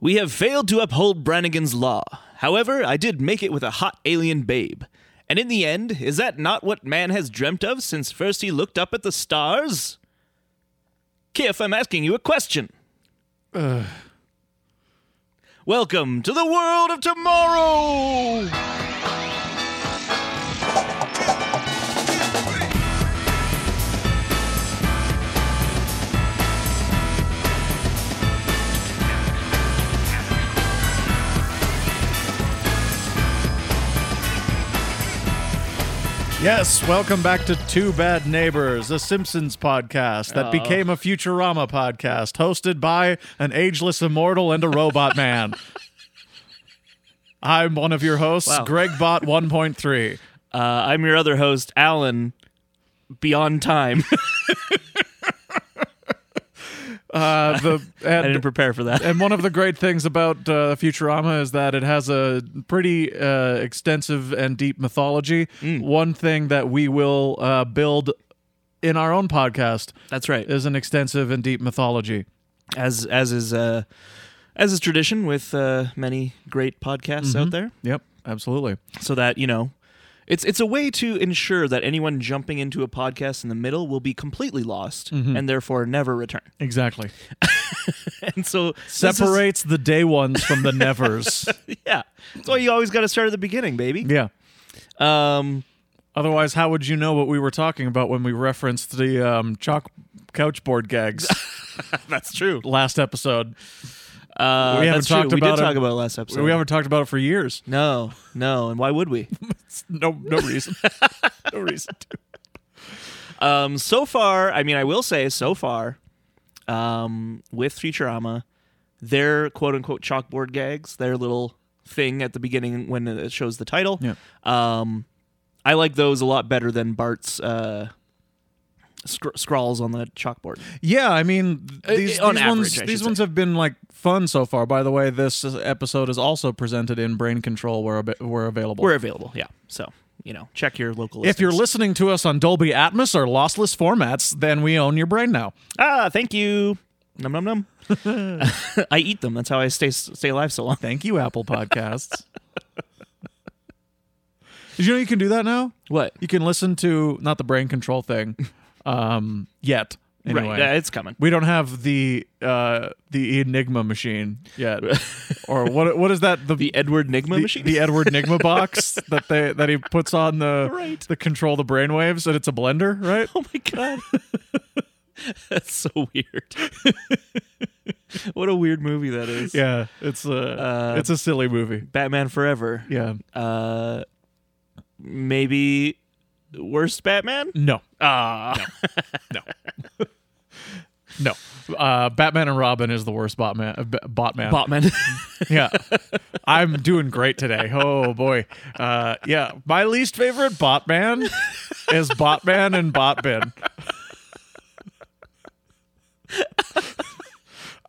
We have failed to uphold Brannigan's law. However, I did make it with a hot alien babe. And in the end, is that not what man has dreamt of since first he looked up at the stars? Kiff, I'm asking you a question. Welcome to the world of tomorrow! Yes, welcome back to Two Bad Neighbors, a Simpsons podcast that became a Futurama podcast, hosted by an ageless immortal and a robot man. I'm one of your hosts, Wow. GregBot 1.3. Uh, I'm your other host, Alan, beyond time. Uh, the I didn't and, prepare for that. and one of the great things about uh, Futurama is that it has a pretty uh, extensive and deep mythology. Mm. One thing that we will uh, build in our own podcast That's right. is an extensive and deep mythology. As as is uh, as is tradition with uh, many great podcasts out there. Yep, absolutely. so that you know it's it's a way to ensure that anyone jumping into a podcast in the middle will be completely lost Mm-hmm. and therefore never return Exactly. and so this is- separates the day ones from the nevers. yeah that's why you always got to start at the beginning baby yeah. um Otherwise, how would you know what we were talking about when we referenced the um, chalk couchboard gags that's true last episode? uh, We haven't that's true. talked we about did it. talk about it last episode We haven't talked about it for years. no no and why would we No, no reason. no reason. To. um so far i mean i will say so far um with futurama their quote unquote chalkboard gags their little thing at the beginning when it shows the title Yeah. Um, I like those a lot better than Bart's uh, scr- scrawls on the chalkboard. Yeah, I mean, Uh, these, on average, these I ones should these say. ones have been like fun so far. By the way, this uh, episode is also presented in Brain Control, where ab- where available. We're available, yeah. So you know, check your local. if you're listings. listening to us on Dolby Atmos or lossless formats, then we own your brain now. ah, thank you. Num num num. I eat them. That's how I stay stay alive so long. Thank you, Apple Podcasts. Did you know you can do that now? What? You can listen to not the brain control thing, um, yet. Anyway, Right, yeah, it's coming. we don't have the uh, the Enigma machine yet, or what? What is that? The The Edward Nigma the, machine. the Edward Enigma box that they that he puts on the Right. the control the brainwaves, and it's a blender, right? oh my god, that's so weird. what a weird movie that is. Yeah, it's a Uh, it's a silly movie. Batman Forever. Yeah, Uh, maybe worst Batman. no, Ah. no. Uh, Batman and Robin is the worst Batman. Uh, Batman. Botman. yeah i'm doing great today oh boy uh yeah my least favorite botman is botman and botbin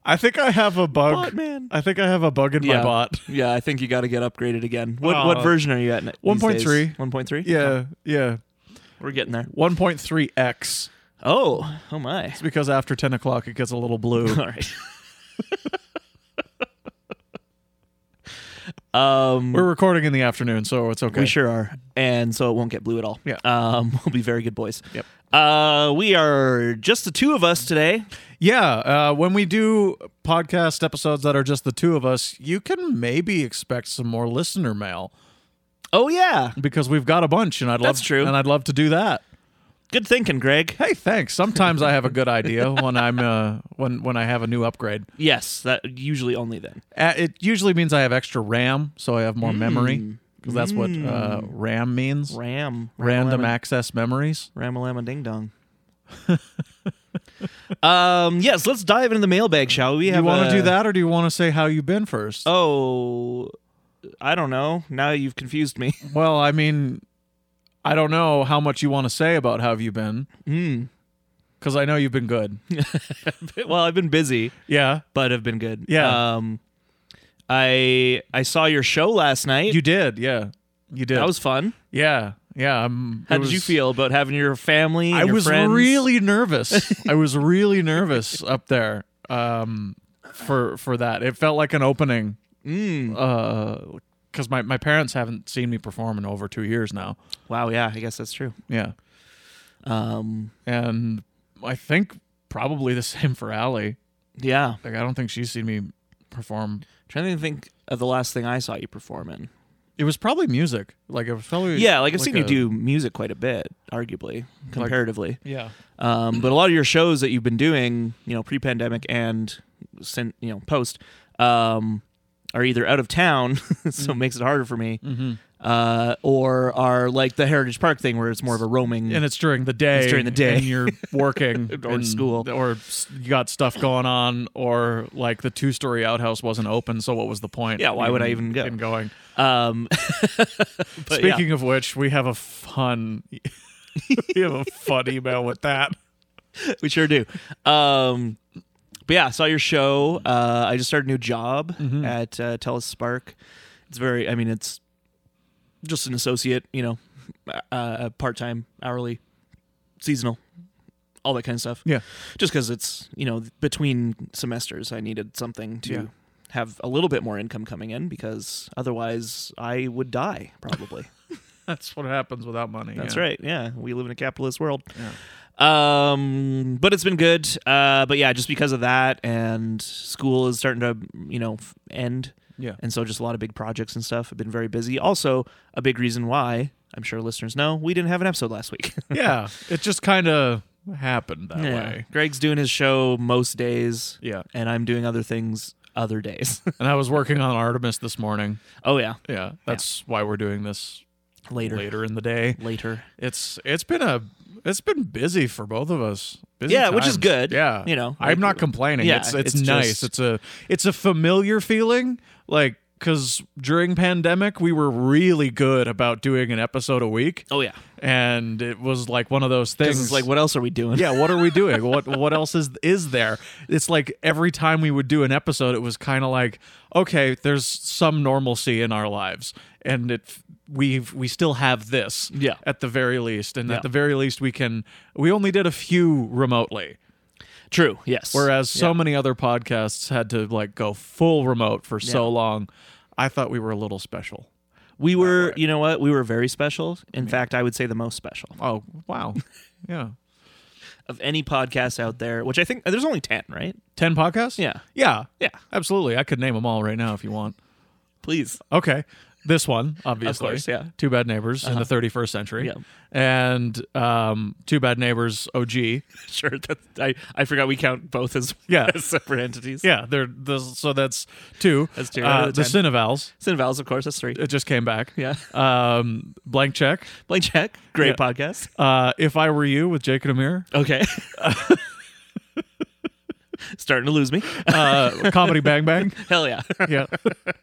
i think i have a bug Botman. i think i have a bug in my Yeah. bot yeah, I think you got to get upgraded again. What Aw. what version are you at? 1.3. 1.3? yeah yeah We're getting there. 1.3x Oh, oh my. it's because after 10 o'clock it gets a little blue All right. um we're recording in the afternoon so it's okay we sure are. And so it won't get blue at all. Yeah. Um we'll be very good boys. Yep. Uh we are just the two of us today. Yeah, uh, when we do podcast episodes that are just the two of us, you can maybe expect some more listener mail Oh yeah. because we've got a bunch, and I'd That's love true. and I'd love to do that. Good thinking, Greg. Hey, thanks. Sometimes I have a good idea when I'm uh, when when I have a new upgrade. Yes, that usually only then. Uh, it usually means I have extra RAM, so I have Hmm. more memory because that's what uh, RAM means. Ram. Random Ram-a-lemon. access memories. Ramalama ding dong. um, yes, let's dive into the mailbag, shall we? We You have want a- to do that, or do you want to say how you've been first? Oh, I don't know. Now you've confused me. Well, I mean, I don't know how much you want to say about how have you been Mm. because I know you've been good. well, I've been busy, Yeah, but I've been good. Yeah. Um, I I saw your show last night. you did. Yeah, you did. that was fun. yeah, yeah. I'm, How it did you was- feel about having your family? and I your was friends? really nervous. I was really nervous up there. Um, for for that. It felt like an opening. Mm. because my, my parents haven't seen me perform in over two years now. Wow, yeah, I guess that's true. Yeah. Um, And I think probably the same for Allie. yeah, Like, I don't think she's seen me perform. trying to think of the last thing I saw you perform in. It was probably music. Like, it was probably. Yeah, like I've seen you a- do music quite a bit, arguably, comparatively. Yeah. um, but a lot of your shows that you've been doing, you know, pre-pandemic and sin you know, post, um, are either out of town, so it Mm-hmm. makes it harder for me, uh, or are like the Heritage Park thing where it's more of a roaming. And it's during the day. It's during the day. And you're working. Or and- school. Or s- you got stuff going on, or like the two story outhouse wasn't open. So, what was the point? Yeah, why would I even go? In going. um, but yeah. Speaking of which, we have a fun. we have a fun email with that. we sure do. Um, but yeah, I saw your show. Uh, I just started a new job Mm-hmm. at uh, Telus Spark. It's very, I mean, it's just an associate, you know, uh, part time, hourly, seasonal, all that kind of stuff. Yeah. Just because it's, you know, between semesters, I needed something to Yeah. have a little bit more income coming in because otherwise I would die probably. That's what happens without money. That's yeah. right. Yeah, we live in a capitalist world. Um, but it's been good. Uh, but yeah, just because of that, and school is starting to you know f- end, Yeah. and so just a lot of big projects and stuff. I've been very busy. Also, a big reason why I'm sure listeners know we didn't have an episode last week. yeah, it just kind of happened that yeah. way. Greg's doing his show most days, Yeah. and I'm doing other things other days. And I was working on Artemis this morning. oh yeah, Yeah, that's why we're doing this later, later. later in the day. It's it's been a it's been busy for both of us. Busy Yeah, which is times. good. Yeah, You know, I'm like- not complaining. Yeah, it's it's, it's nice. just- it's a it's a familiar feeling. Like because during pandemic we were really good about doing an episode a week, Oh yeah, and it was like one of those because things. it's like, what else are we doing? yeah what are we doing what what else is is there it's like every time we would do an episode it was kind of like okay there's some normalcy in our lives and it we've we still have this Yeah. at the very least and Yeah. at the very least we can we only did a few remotely True. Yes. whereas so many other podcasts had to like go full remote for so long i thought we were a little special we were, you know what? We were very special. In fact, I would say the most special. oh wow yeah of any podcast out there, which I think uh, there's only 10, right? 10 podcasts Yeah. yeah Yeah. absolutely i could name them all right now if you want Please. Okay. This one, obviously. course, yeah. Uh-huh. Two Bad Neighbors in the 31st century. Yeah. And um, Two Bad Neighbors OG. Sure. That, I, I forgot we count both as, Yeah. as separate entities. Yeah, they're the, so that's two. That's two out Uh, of the ten. Cinevals. Cinevals, of course, that's three. It just came back. Yeah. Um, blank check. Blank check. Great podcast. Uh, if I were you with Jake and Amir. Okay. Starting to lose me. Uh, comedy Bang Bang. Hell yeah. Yeah,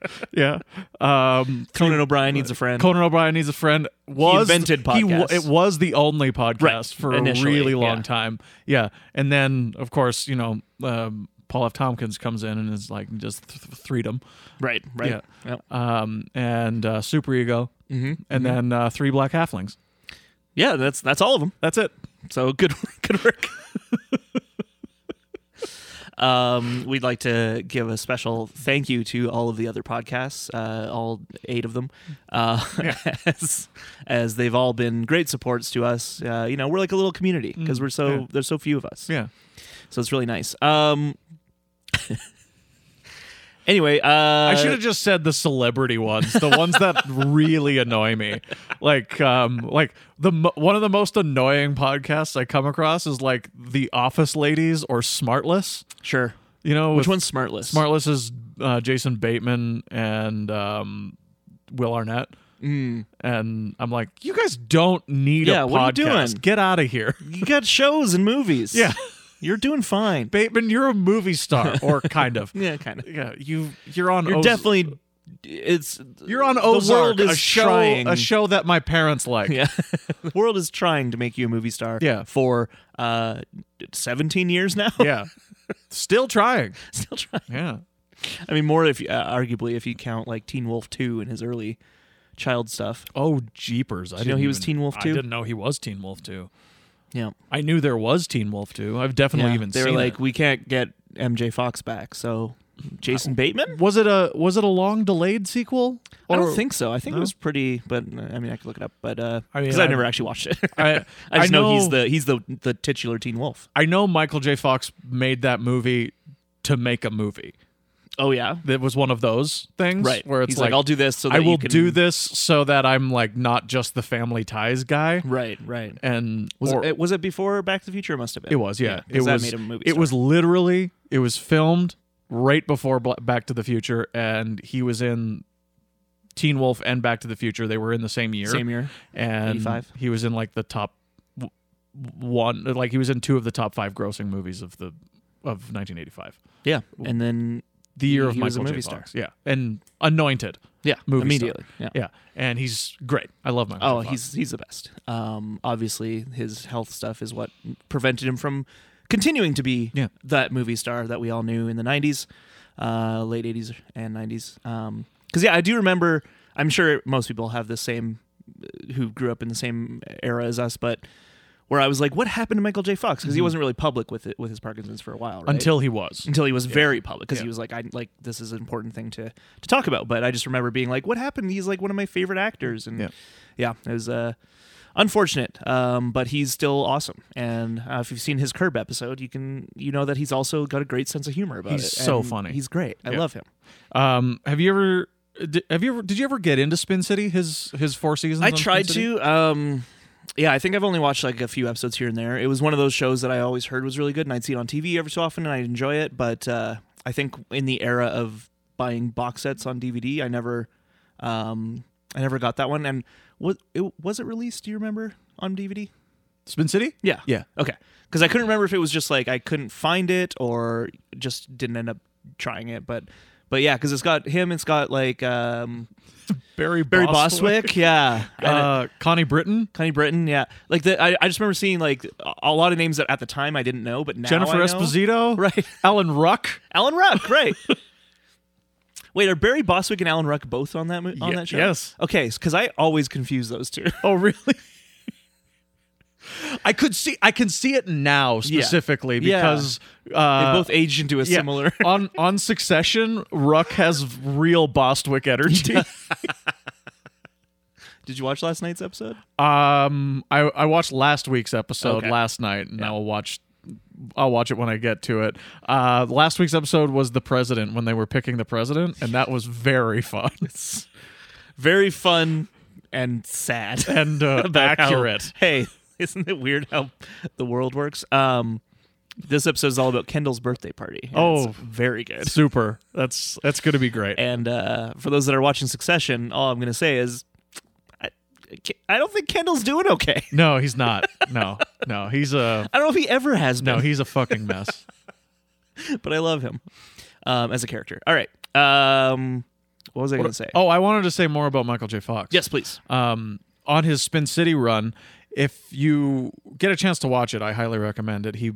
yeah. Um, Conan O'Brien needs a friend. Conan O'Brien needs a friend. Was invented he wa- podcasts. it was the only podcast Right, for initially, a really long yeah. time. Yeah, and then of course you know um, Paul F. Tompkins comes in and is like just th- th- freedom. right. Right. Yeah. Yep. Um, and uh, Super Ego, mm-hmm, and then uh, three Black Halflings. Yeah. That's, that's all of them. That's it. So good, good work. um, we'd like to give a special thank you to all of the other podcasts, uh, all eight of them, uh, as, as they've all been great supports to us. Uh, you know, we're like a little community because we're so Mm, yeah. there's so few of us, Yeah. so it's really nice. Um, anyway, uh, I should have just said the celebrity ones, the ones that really annoy me. Like, um, like the mo- one of the most annoying podcasts I come across is like the Office Ladies or Smartless. sure. You know, Which one's Smartless? Smartless is uh, Jason Bateman and um, Will Arnett. And I'm like, you guys don't need Yeah, a podcast. what are you doing? Get out of here, you got shows and movies. Yeah. you're doing fine. Bateman. You're a movie star, or kind of. Yeah, kind of. Yeah, you you're on. You're Oz- definitely. It's You're on the Ozark, world is a show, trying. a show that my parents like. Yeah, the world is trying to make you a movie star. Yeah. for uh, seventeen years now. yeah. Still trying. Still trying. Yeah. I mean, more if you- uh, arguably if you count like Teen Wolf two and his early child stuff. Oh, jeepers. I you know didn't he was even- Teen Wolf I 2? didn't know he was Teen Wolf 2. Yeah, I knew there was Teen Wolf 2. I've definitely yeah. even they seen were like, it. we can't get MJ Fox back, so Jason Bateman? Was it a was it a long delayed sequel? I Or- don't think so. I think it was pretty, but uh, I mean, I could look it up, but because I mean, I've I- never actually watched it. I, I just I know, he's the he's the the titular Teen Wolf. I know Michael J. Fox made that movie to make a movie. Oh yeah, It was one of those things, right. Where it's he's like, I'll do this so that I will you can... do this so that I'm like not just the Family Ties guy. Right, right. And Was or- it was it before Back to the Future? It must have been. It was, yeah. it 'cause was. that made a movie. it star. was literally. It was filmed right before Bla- Back to the Future, and he was in Teen Wolf and Back to the Future. They were in the same year. same year. and 85. he was in like the top w- one. Like he was in two of the top five grossing movies of the of 1985. Yeah, and then The year He- of he was a Michael J. movie star. Fox. Yeah, and Anointed. yeah, Movie immediately. Yeah. Yeah, and he's great. I love Michael. Oh, J. Fox. he's he's the best. Um, obviously his health stuff is what prevented him from continuing to be Yeah. that movie star that we all knew in the '90s, uh, late '80s and '90s. Because yeah, I do remember. I'm sure most people have the same who grew up in the same era as us, but where I was like, what happened to Michael J. Fox? Because he wasn't really public with it with his Parkinson's for a while, right? Mm-hmm. until he was. until he was very public because he Yeah. was like i like this is an important thing to to talk about but i just remember being like what happened he's like one of my favorite actors and yeah, Yeah. it was uh unfortunate um but he's still awesome and uh, if you've seen his curb episode you can you know that he's also got a great sense of humor about He's it so and funny. he's great i Yeah. love him Um, have you ever? di- Have you ever? Did you ever get into Spin City? His his four seasons. i on Spin tried City? to um yeah, I think I've only watched like a few episodes here and there. It was one of those shows that I always heard was really good, and I'd see it on TV every so often, and I'd enjoy it. But uh, I think in the era of buying box sets on DVD, I never, um, I never got that one. And was it was it released? Do you remember on DVD? Spin City. Yeah. Yeah. Okay. Because I couldn't remember if it was just like I couldn't find it or just didn't end up trying it, but. But yeah, because it's got him. It's got like um, Barry Barry Bostwick. Bostwick. Yeah, And it- Uh, Connie Britton. Connie Britton, yeah. Like the, I, I just remember seeing like a- a lot of names that at the time I didn't know, but now Jennifer I know. Esposito. right? Alan Ruck. Alan Ruck, right? Wait, are Barry Bostwick and Alan Ruck both on that mo- on Ye- that show? yes. Okay, because I always confuse those two. Oh, really? I could see. I can see it now specifically Yeah. because They uh, both aged into a yeah. similar. on on Succession. Ruck has real Bostwick energy. Did you watch last night's episode? um, I I watched last week's episode Okay. last night, and I'll watch. I'll watch it when I get to it. Uh, last week's episode was the president when they were picking the president, and that was very fun Very fun and sad. and uh, about how- accurate. hey, isn't it weird how the world works? Um, this episode is all about Kendall's birthday party. and Oh. it's very good. Super. That's that's gonna be great. And uh, for those that are watching Succession, all I'm going to say is I, I don't think Kendall's doing okay. No, he's not. No, no, he's a I don't know if he ever has no, been, he's a fucking mess. but I love him um, as a character. All right. Um, what was I going to say? Oh, I wanted to say more about Michael J. Fox. yes, please. Um, on his Spin City run, if you get a chance to watch it, I highly recommend it. He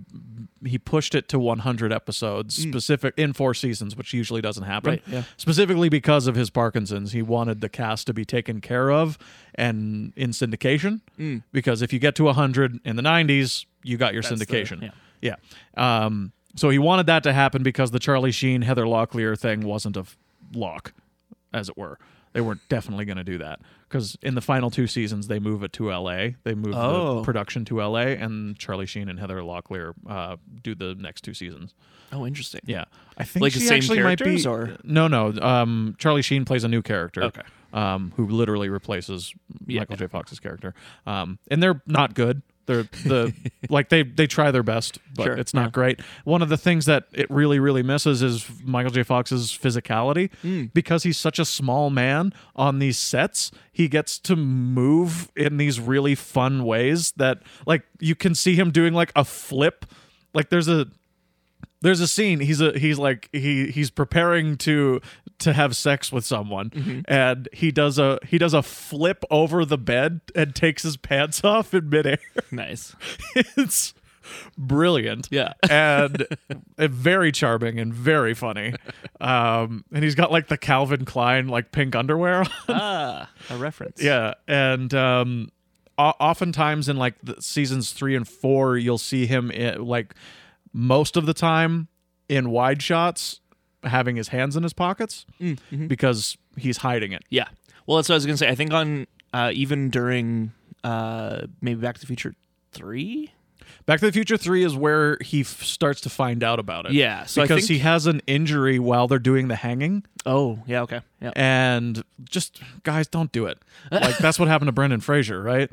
he pushed it to 100 episodes specific in four seasons, which usually doesn't happen. Hmm. Right, yeah. Specifically because of his Parkinson's, he wanted the cast to be taken care of and in syndication. Hmm. Because if you get to 100 in the 90s, you got your the- syndication. yeah. Yeah. Um, so he wanted that to happen because the Charlie Sheen, Heather Locklear thing wasn't a f- lock, as it were. They were definitely going to do that because in the final two seasons, they move it to L.A. They move Oh. the production to L.A. and Charlie Sheen and Heather Locklear uh, do the next two seasons. Oh, interesting. Yeah, I think Like she the same actually characters, might be, or- no, no. Um, Charlie Sheen plays a new character. Okay. Um, who literally replaces Yeah. Michael J. Fox's character. Um, and they're not good. They're the like they they try their best, but Sure, it's not great. One of the things that it really really misses is Michael J. Fox's physicality Hmm. because he's such a small man on these sets. He gets to move in these really fun ways that like you can see him doing like a flip. Like there's a there's a scene he's a he's like he he's preparing to to have sex with someone and he does a he does a flip over the bed and takes his pants off in midair Nice. it's brilliant Yeah. and and very charming and very funny um and he's got like the calvin klein like pink underwear on ah, a reference. yeah, and um, o- oftentimes in like the seasons three and eh, four, you'll see him in, like most of the time in wide shots having his hands in his pockets Mm, mm-hmm. because he's hiding it. Yeah. Well, that's what I was gonna say. I think on uh, even during uh, maybe Back to the Future three. Back to the Future 3 is where he f- starts to find out about it. Yeah, so I because think- he has an injury while they're doing the hanging Oh yeah. Okay. Yeah. and just guys don't do it. Like that's what happened to Brendan Fraser, right?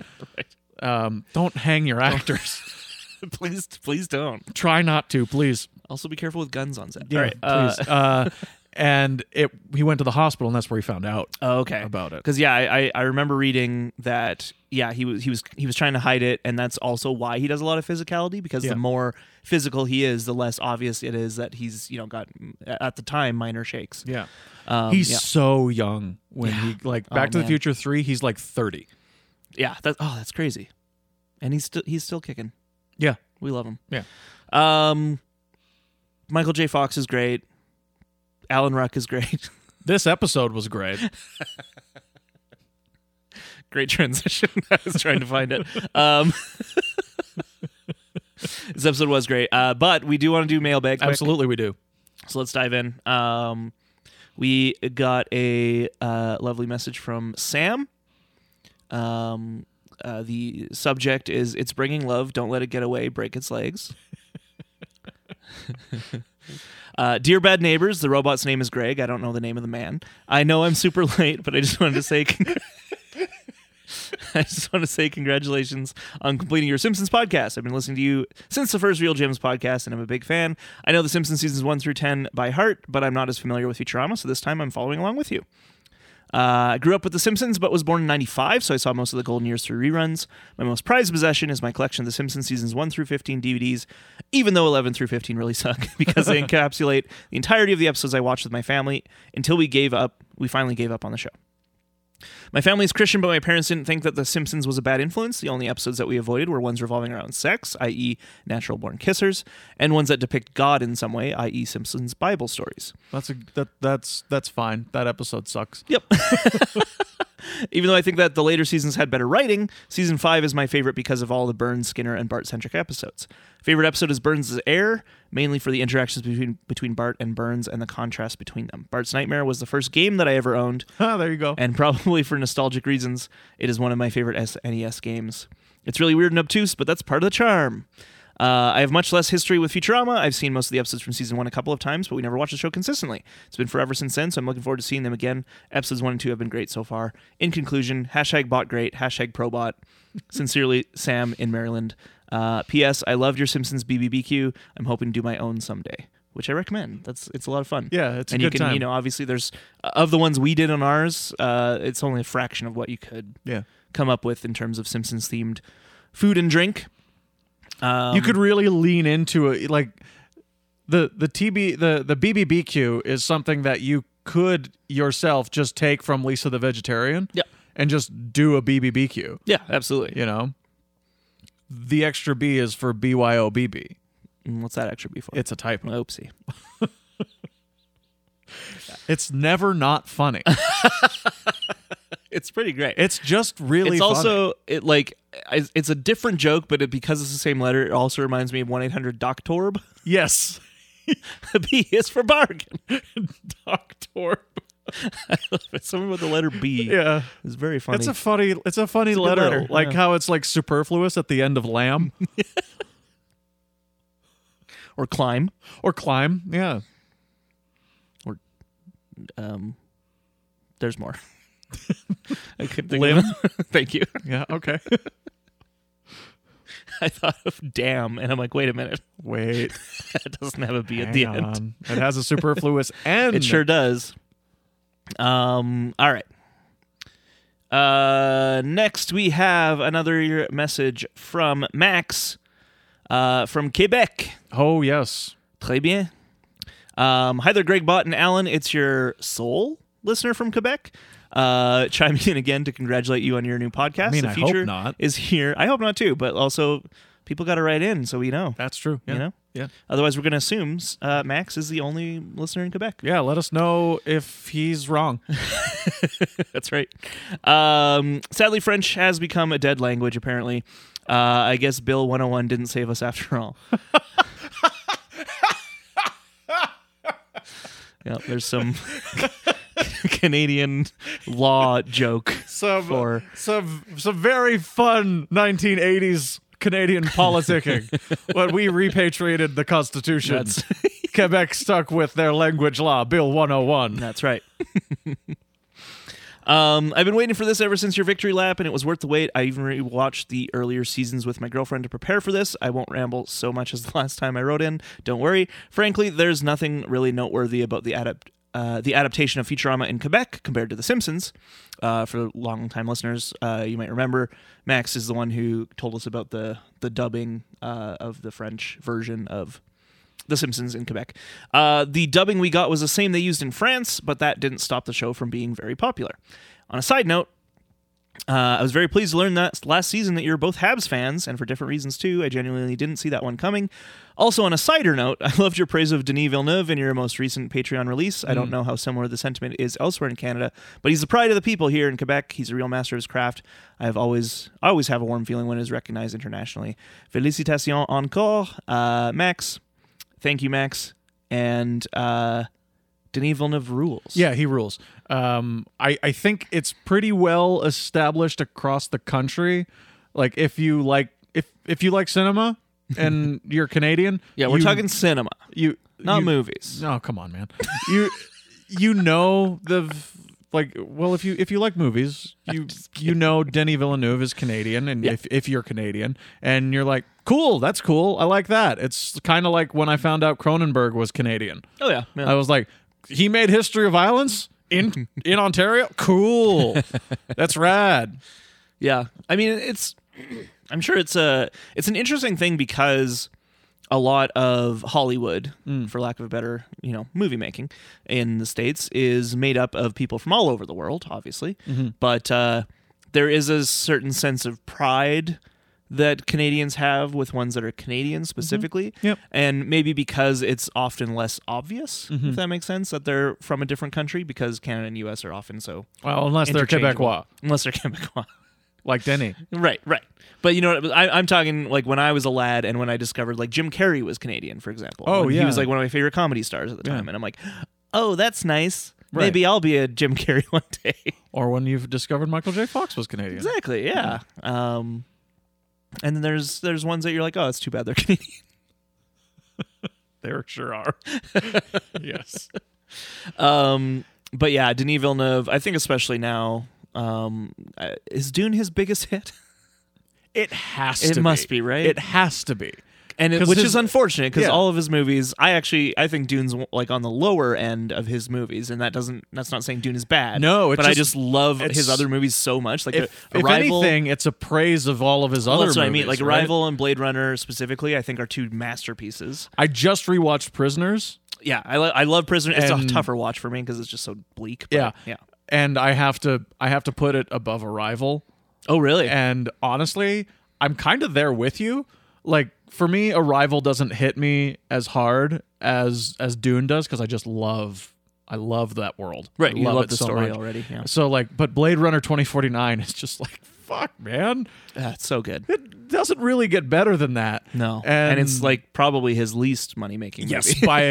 Um, don't hang your actors. please, please don't. Try not to, please. Also, be careful with guns on set. Yeah, All right. Uh, please. Uh, and it he went to the hospital and that's where he found out. oh, okay. about it. Because yeah, I, I I remember reading that. Yeah, he was he was he was trying to hide it, and that's also why he does a lot of physicality. Because Yeah. the more physical he is, the less obvious it is that he's you know got at the time minor shakes. Yeah. Oh, Um, he's yeah. so young when he like Back to the man. Future 3, he's like 30. Yeah, that's oh, that's crazy. And he's still he's still kicking. Yeah. We love him. Yeah. Um Michael J. Fox is great. Alan Ruck is great. This episode was great. great transition. I was trying to find it. Um This episode was great. Uh, but we do want to do mailbag quick. Absolutely we do. So let's dive in. Um, we got a uh, lovely message from Sam. Um, uh, the subject is It's Bringing Love, Don't Let It Get Away, Break Its Legs. Uh, dear bad neighbors, the robot's name is Greg. I don't know the name of the man. I know I'm super late, but I just wanted to say, congr- I just want to say congratulations on completing your Simpsons podcast. I've been listening to you since the first Real Gems podcast, and I'm a big fan. I know the Simpsons seasons one through ten by heart, but I'm not as familiar with Futurama, so this time I'm following along with you. Uh, I grew up with The Simpsons, but was born in 95, so I saw most of the golden years through reruns. My most prized possession is my collection of The Simpsons seasons 1 through 15 DVDs, even though 11 through 15 really suck, because they encapsulate the entirety of the episodes I watched with my family until we gave up. We finally gave up on the show. My family is Christian, but my parents didn't think that The Simpsons was a bad influence. The only episodes that we avoided were ones revolving around sex, i.e., natural born kissers, and ones that depict God in some way, i.e., Simpsons Bible stories. That's a that that's that's fine. That episode sucks. Yep. Even though I think that the later seasons had better writing, season five is my favorite because of all the Burns, Skinner, and Bart centric episodes. Favorite episode is Burns' Air, mainly for the interactions between between Bart and Burns and the contrast between them. Bart's Nightmare was the first game that I ever owned, Ah, there you go. and probably for nostalgic reasons, it is one of my favorite SNES games. It's really weird and obtuse, but that's part of the charm. Uh, I have much less history with Futurama. I've seen most of the episodes from season one a couple of times, but we never watched the show consistently. It's been forever since then, so I'm looking forward to seeing them again. Episodes one and two have been great so far. In conclusion, hashtag bot great, hashtag probot. Sincerely, Sam in Maryland. Uh, P.S. I loved your Simpsons BBBQ. I'm hoping to do my own someday, which I recommend. That's it's a lot of fun Yeah, it's a and you good can time. you know obviously there's uh, of the ones we did on ours uh, it's only a fraction of what you could yeah. come up with in terms of simpsons themed food and drink um, you could really lean into it like the the TB the the BBBQ is something that you could yourself just take from Lisa the vegetarian Yeah. and just do a BBBQ, yeah absolutely you know. The extra B is for BYOBB. Mm, what's that extra before It's a typo. oopsie It's never not funny. it's pretty great It's just really it's funny. also it like I- it's a different joke but it, because it's the same letter it also reminds me of 1-800-DOCTORB yes. the B is for bargain Doctor. something with the letter B Yeah. is very funny It's a funny it's a funny good letter. letter, Like yeah. how it's like superfluous at the end of lamb or climb or climb. Yeah. um there's more I couldn't think Limb? of it. thank you Yeah, okay. I thought of damn, and I'm like, wait a minute, Wait. that doesn't have a B at Hang the end. on. It has a superfluous end. It sure does. Um. All right. Uh. Next, we have another message from Max, uh, from Quebec. Oh yes. Très bien. Um, hi there, Greg Bott and Alan. It's your sole listener from Quebec. Uh, chiming in again to congratulate you on your new podcast. I mean, the I hope future not. is here. I hope not too, but also people got to write in so we know. That's true. Yeah. You know? Yeah. Otherwise, we're going to assume uh, Max is the only listener in Quebec. Yeah, let us know if he's wrong. That's right. Um, sadly, French has become a dead language, apparently. Uh, I guess Bill 101 didn't save us after all. Yeah, there's some Canadian law joke. Some For- some some very fun 1980s Canadian politicking when we repatriated the Constitution. That's- Quebec stuck with their language law, Bill 101. That's right. um, I've been waiting for this ever since your victory lap, and it was worth the wait. I even rewatched the earlier seasons with my girlfriend to prepare for this. I won't ramble so much as the last time I wrote in. Don't worry. Frankly, there's nothing really noteworthy about the adapt. Uh, the adaptation of Futurama in Quebec compared to The Simpsons. Uh, for long-time listeners, uh, you might remember Max is the one who told us about the the dubbing uh, of the French version of the Simpsons in Quebec. Uh, the dubbing we got was the same they used in France, but that didn't stop the show from being very popular. On a side note, uh, I was very pleased to learn that last season that you're both Habs fans, and for different reasons too. I genuinely didn't see that one coming. Also, on a cider note, I loved your praise of Denis Villeneuve in your most recent Patreon release. I Mm. don't know how similar the sentiment is elsewhere in Canada, but he's the pride of the people here in Quebec. He's a real master of his craft. I have always, I always have a warm feeling when it is recognized internationally. Félicitations encore, uh, Max. Thank you, Max. And uh, Denis Villeneuve rules. Yeah, he rules. Um, I, I think it's pretty well established across the country. Like if you like if if you like cinema and you're Canadian, yeah. We're you- talking cinema, you not you- movies. No, come on, man. You you know the v- like well if you if you like movies, you you know Denny Villeneuve is Canadian and if if you're Canadian and you're like, "Cool, that's cool. I like that." It's kind of like when I found out Cronenberg was Canadian. Oh yeah. yeah. I was like, "He made History of Violence?" In in Ontario, cool. That's rad. Yeah, I mean it's. I'm sure it's a it's an interesting thing because a lot of Hollywood, for lack of a better, you know, movie making in the states is made up of people from all over the world, obviously. But uh, there is a certain sense of pride that Canadians have with ones that are Canadian specifically. Yep. And maybe because it's often less obvious, if that makes sense, that they're from a different country because Canada and US are often so Well, unless they're interchangeable. Quebecois, unless they're Quebecois. like Denny. Right, right. But you know, what, I, I'm talking like when I was a lad and when I discovered like Jim Carrey was Canadian, for example. Oh, When he yeah. was like one of my favorite comedy stars at the time, and I'm like, oh, that's nice. Right. Maybe I'll be a Jim Carrey one day. Or when you've discovered Michael J. Fox was Canadian. exactly. Yeah. Um, and then there's there's ones that you're like, oh, it's too bad they're Canadian. There sure are. yes. Um, but yeah, Denis Villeneuve. I think especially now. Um, uh, is Dune his biggest hit? It has It to must be, be. right? It has to be. and it, 'Cause which his- is unfortunate because yeah. all of his movies i actually i think dune's like on the lower end of his movies and that doesn't that's not saying dune is bad No, it's but i just- just love it's- his other movies so much like If, the if arrival anything, it's a praise of all of his well, other that's what i mean like movies, right? arrival and blade runner specifically i think are two masterpieces I just rewatched Prisoners. yeah i, lo- I love prisoner it's a And- tougher watch for me because it's just so bleak but Yeah. yeah And I have to I have to put it above Arrival. oh really And honestly, I'm kind of there with you. Like for me, Arrival doesn't hit me as hard as as Dune does because I just love I love that world. I right you love it the so story much. already yeah So like, but Blade Runner 2049 is just like fuck, man. Ah, it's so good it doesn't really get better than that. no and, it's like probably his least money making yes, movie. by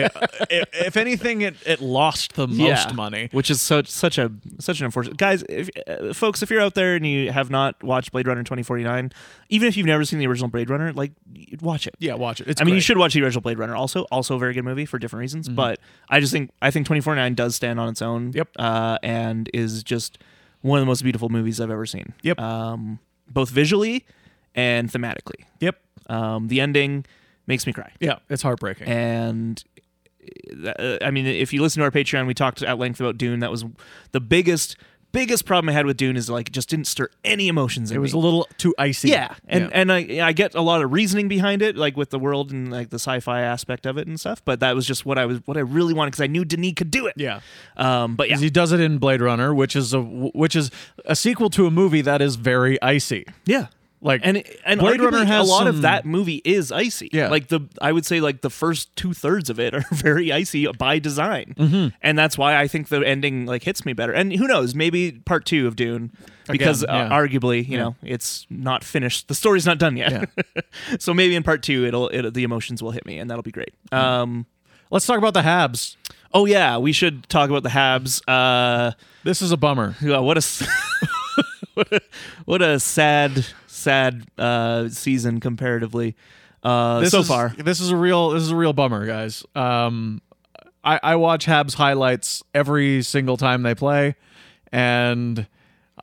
if, if anything, it it lost the most money. which is such such a such an unfortunate. Guys, if, uh, folks, if you're out there and you have not watched Blade Runner 2049, even if you've never seen the original Blade Runner, like y- watch it. Yeah, watch it. It's I mean, you great. Mm-hmm. should watch the original Blade Runner. Also, also a very good movie for different reasons. But I just think I think 2049 does stand on its own. Yep. Uh, and is just one of the most beautiful movies I've ever seen. Yep. Um, both visually and thematically. Yep. Um, the ending makes me cry Yeah, it's heartbreaking. and uh, I mean, if you listen to our Patreon, we talked at length about Dune. That was the biggest, biggest problem I had with Dune is like it just didn't stir any emotions. In it was a me. little too icy. yeah, and and I I get a lot of reasoning behind it, like with the world and like the sci-fi aspect of it and stuff. But that was just what I was, what I really wanted because I knew Denis could do it. yeah. Um. But yeah, 'Cause He does it in Blade Runner, which is a which is a sequel to a movie that is very icy. yeah. Like And it- and Blade arguably, Runner has a lot of some- that movie is icy. Yeah. like the I would say like the first two thirds of it are very icy by design, Mm-hmm. and that's why I think the ending like hits me better. And who knows, maybe part two of Dune, because Again, uh, yeah. arguably you know it's not finished, the story's not done yet. so maybe in part two it'll it, the emotions will hit me, and that'll be great. Um, Let's talk about the Habs. Oh yeah, we should talk about the Habs. Uh, This is a bummer. yeah, what a s- what a, what a sad sad uh, season comparatively uh, This so is- far. this is a real this is a real bummer, guys. Um, I, I watch Habs highlights every single time they play, and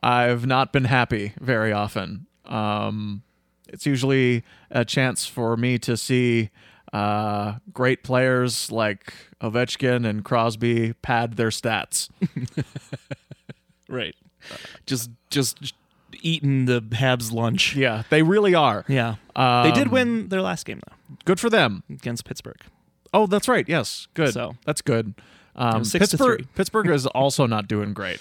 I've not been happy very often. Um, it's usually a chance for me to see uh, great players like Ovechkin and Crosby pad their stats. Right. Just just eating the Habs lunch. yeah, they really are. Yeah. Um, they did win their last game though Good for them. against Pittsburgh. Oh, that's right. Yes, good. So- that's good. Um, six to Pittsburgh three. Pittsburgh is also not doing great.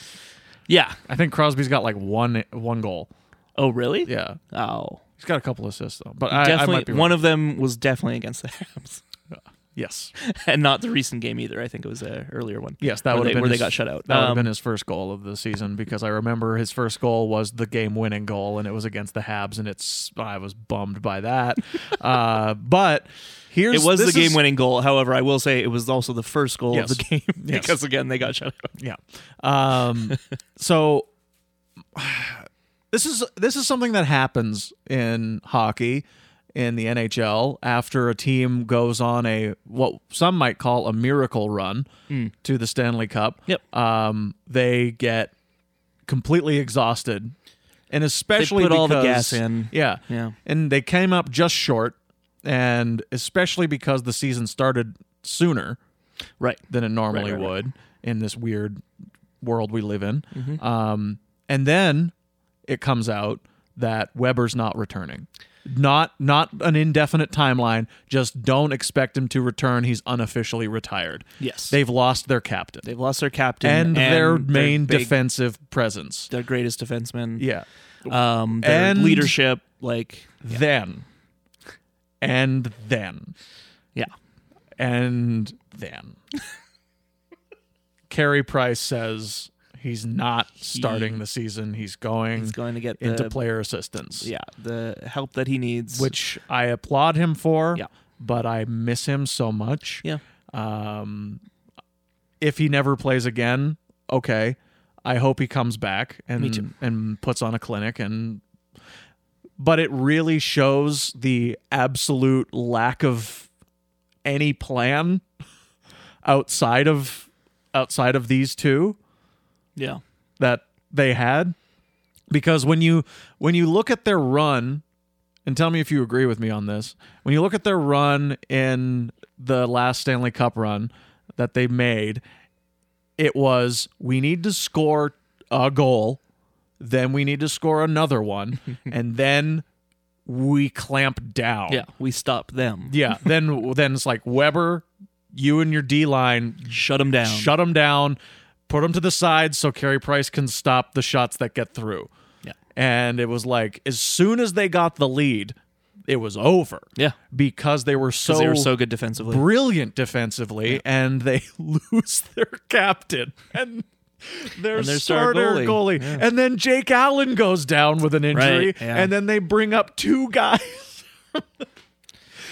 Yeah. I think Crosby's got like one one goal. Oh really? Yeah, Oh. he's got a couple assists though. But I, I definitely might be one wrong. of them was definitely against the Habs. yes, and not the recent game either. I think it was the earlier one. yes, that Where would they- have been where they his- got shut out. That would have Um, been his first goal of the season because I remember his first goal was the game winning goal and it was against the Habs and it's I was bummed by that. uh, but here's It was the this game is- winning goal. However, I will say it was also the first goal Yes. of the game Yes. because again they got shut out. Yeah. Um, so this is this is something that happens in hockey in the NHL after a team goes on a what some might call a miracle run to the Stanley Cup. Hmm. Yep. Um, they get completely exhausted. And especially put all the because- gas in. Yeah. Yeah. And they came up just short and especially because the season started sooner Right. than it normally right, right. would in this weird world we live in. Mm-hmm. Um, and then it comes out that Weber's not returning. Not not an indefinite timeline. Just don't expect him to return. He's unofficially retired. Yes. They've lost their captain They've lost their captain and, their main big- defensive presence. their greatest defenseman. Yeah. Um their And- leadership like Then and then yeah. and then Carey Price says he's not starting the season. He's going He's going to get into the player assistance, yeah, the help that he needs. which I applaud him for. Yeah. But I miss him so much. yeah. Um, if he never plays again, okay. I hope he comes back and too. and puts on a clinic and but it really shows the absolute lack of any plan outside of outside of these two Yeah. that they had because when you when you look at their run and tell me if you agree with me on this when you look at their run in the last Stanley Cup run that they made it was we need to score a goal then we need to score another one and then we clamp down Yeah. We stop them. yeah then then it's like Weber you and your D line Shut them down. shut them down, put them to the side so Carey Price can stop the shots that get through. Yeah. And it was like as soon as they got the lead, it was over yeah. because they were so, Because they were so good defensively. brilliant defensively and they lose their captain and their, And their star starter goalie. goalie. And then Jake Allen goes down with an injury Right, yeah. and then they bring up two guys.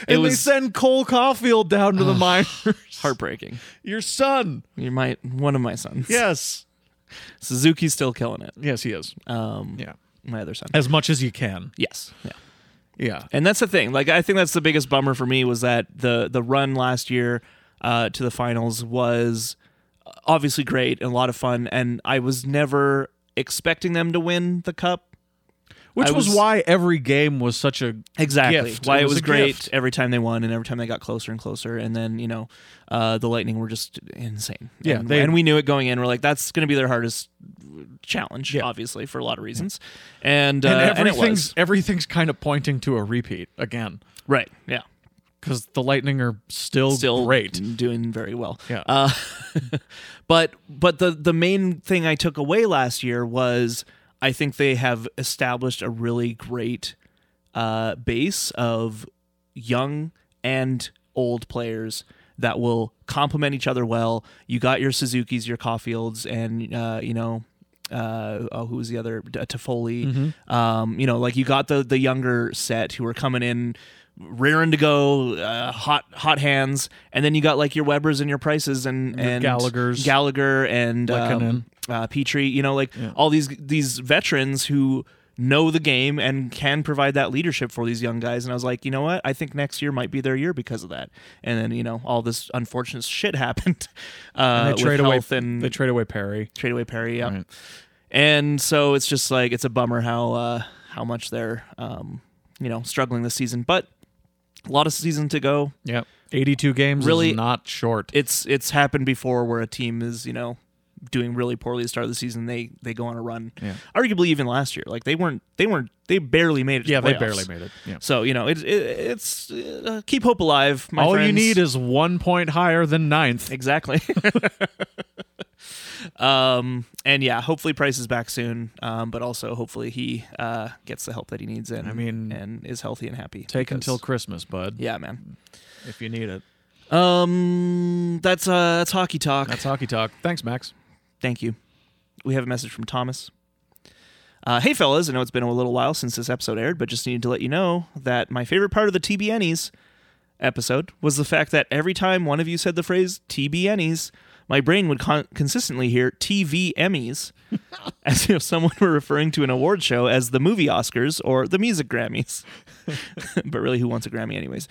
It and they was- send Cole Caulfield down to the minors. Heartbreaking. Your son. You're my one of my sons. Yes. Suzuki's still killing it. Yes, he is. Um, Yeah. my other son. As much as you can. Yes. Yeah. Yeah. And that's the thing. Like I think that's the biggest bummer for me was that the the run last year uh, to the finals was obviously great and a lot of fun, and I was never expecting them to win the cup. Which I was, was- why every game was such a Exactly. Gift. Why It it was was, a great gift. every time they won, and every time they got closer and closer, and then you know, uh, the Lightning were just insane. Yeah, and, they- and we knew it going in. We're like, that's going to be their hardest challenge, Yeah. obviously, for a lot of reasons. And, uh, and and it everything's was everything's kind of pointing to a repeat again right. Yeah, because the Lightning are still, still great. doing very well. Yeah. Uh, but but the the main thing I took away last year was I think they have established a really great uh, base of young and old players that will complement each other well. You got your Suzuki's, your Caulfields, and uh, you know. Uh, oh, who was the other? D- Toffoli. Um, you know, like you got the the younger set who were coming in rearing to go, uh, hot hot hands, and then you got like your Webbers and your Prices and and Gallaghers. Gallagher and um, uh, Petrie. You know, like all these these veterans who know the game and can provide that leadership for these young guys. And I was like, you know what? I think next year might be their year because of that. And then you know all this unfortunate shit happened. Uh, They trade with away. health and they trade away Perry. trade away Perry. Yeah. Right. And so it's just like it's a bummer how uh, how much they're um, you know struggling this season, but a lot of season to go. Yep. 82 games Really- is not short. It's it's happened before where a team is you know doing really poorly at the start of the season they they go on a run. Yeah. Arguably even last year, like they weren't they weren't they barely made it. To yeah, the they barely playoffs. made it. Yeah. So you know it, it it's uh, keep hope alive. My All you friends. need is one point higher than ninth. Exactly. um, and yeah, hopefully Price is back soon. Um, but also hopefully he uh, gets the help that he needs and I mean, and is healthy and happy. Take because- until Christmas, bud, yeah, man. if you need it. Um, that's uh, that's hockey talk. That's hockey talk. Thanks, Max. Thank you. We have a message from Thomas. Uh, hey, fellas, I know it's been a little while since this episode aired, but just needed to let you know that my favorite part of the TBNEs episode was the fact that every time one of you said the phrase TBNEs, my brain would con- consistently hear TV Emmys as if someone were referring to an award show as the movie Oscars or the music Grammys. but really, who wants a Grammy, anyways?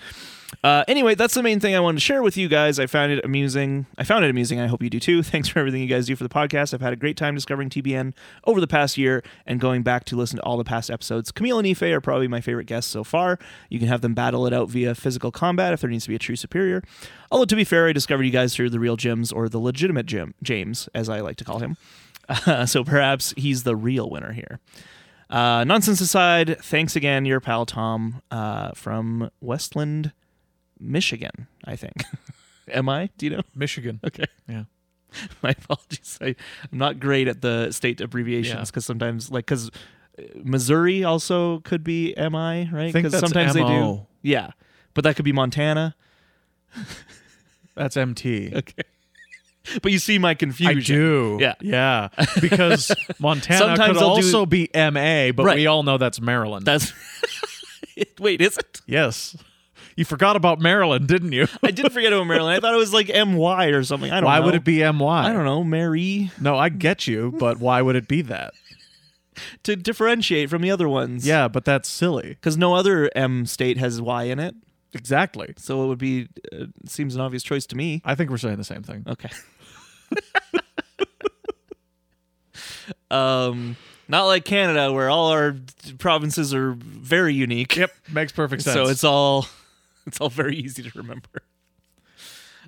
Uh, anyway, that's the main thing I wanted to share with you guys. I found it amusing. I found it amusing. I hope you do too. Thanks for everything you guys do for the podcast. I've had a great time discovering TBN over the past year and going back to listen to all the past episodes. Camille and Ife are probably my favorite guests so far. You can have them battle it out via physical combat if there needs to be a true superior. Although, to be fair, I discovered you guys through the real Jims or the legitimate Jim, James, as I like to call him. Uh, so perhaps he's the real winner here. Uh, nonsense aside, thanks again, your pal Tom uh, from Westland, Michigan, I think. Am I? Do you know? Michigan. Okay. Yeah. My apologies. I, I'm not great at the state abbreviations Yeah. because sometimes, like, because Missouri also could be MI, right? Think Because that's sometimes they do. MO. Yeah. But that could be Montana. That's MT. Okay. but you see my I confusion. do. Yeah. Yeah. Because Montana Sometimes could they'll do- also be MA, but Right. we all know that's Maryland. That's. Wait, is it? yes. You forgot about Maryland, didn't you? I did forget about Maryland. I thought it was like MY or something. I don't Why know. would it be MY? I don't know, Mary, No, I get you, but why would it be that? to differentiate from the other ones. Yeah, but that's silly. Because no other M state has Y in it. Exactly. So it would be, uh, seems an obvious choice to me. I think we're saying the same thing. Okay. um, not like Canada, where all our provinces are very unique. Yep. Makes perfect sense. So it's all, it's all very easy to remember.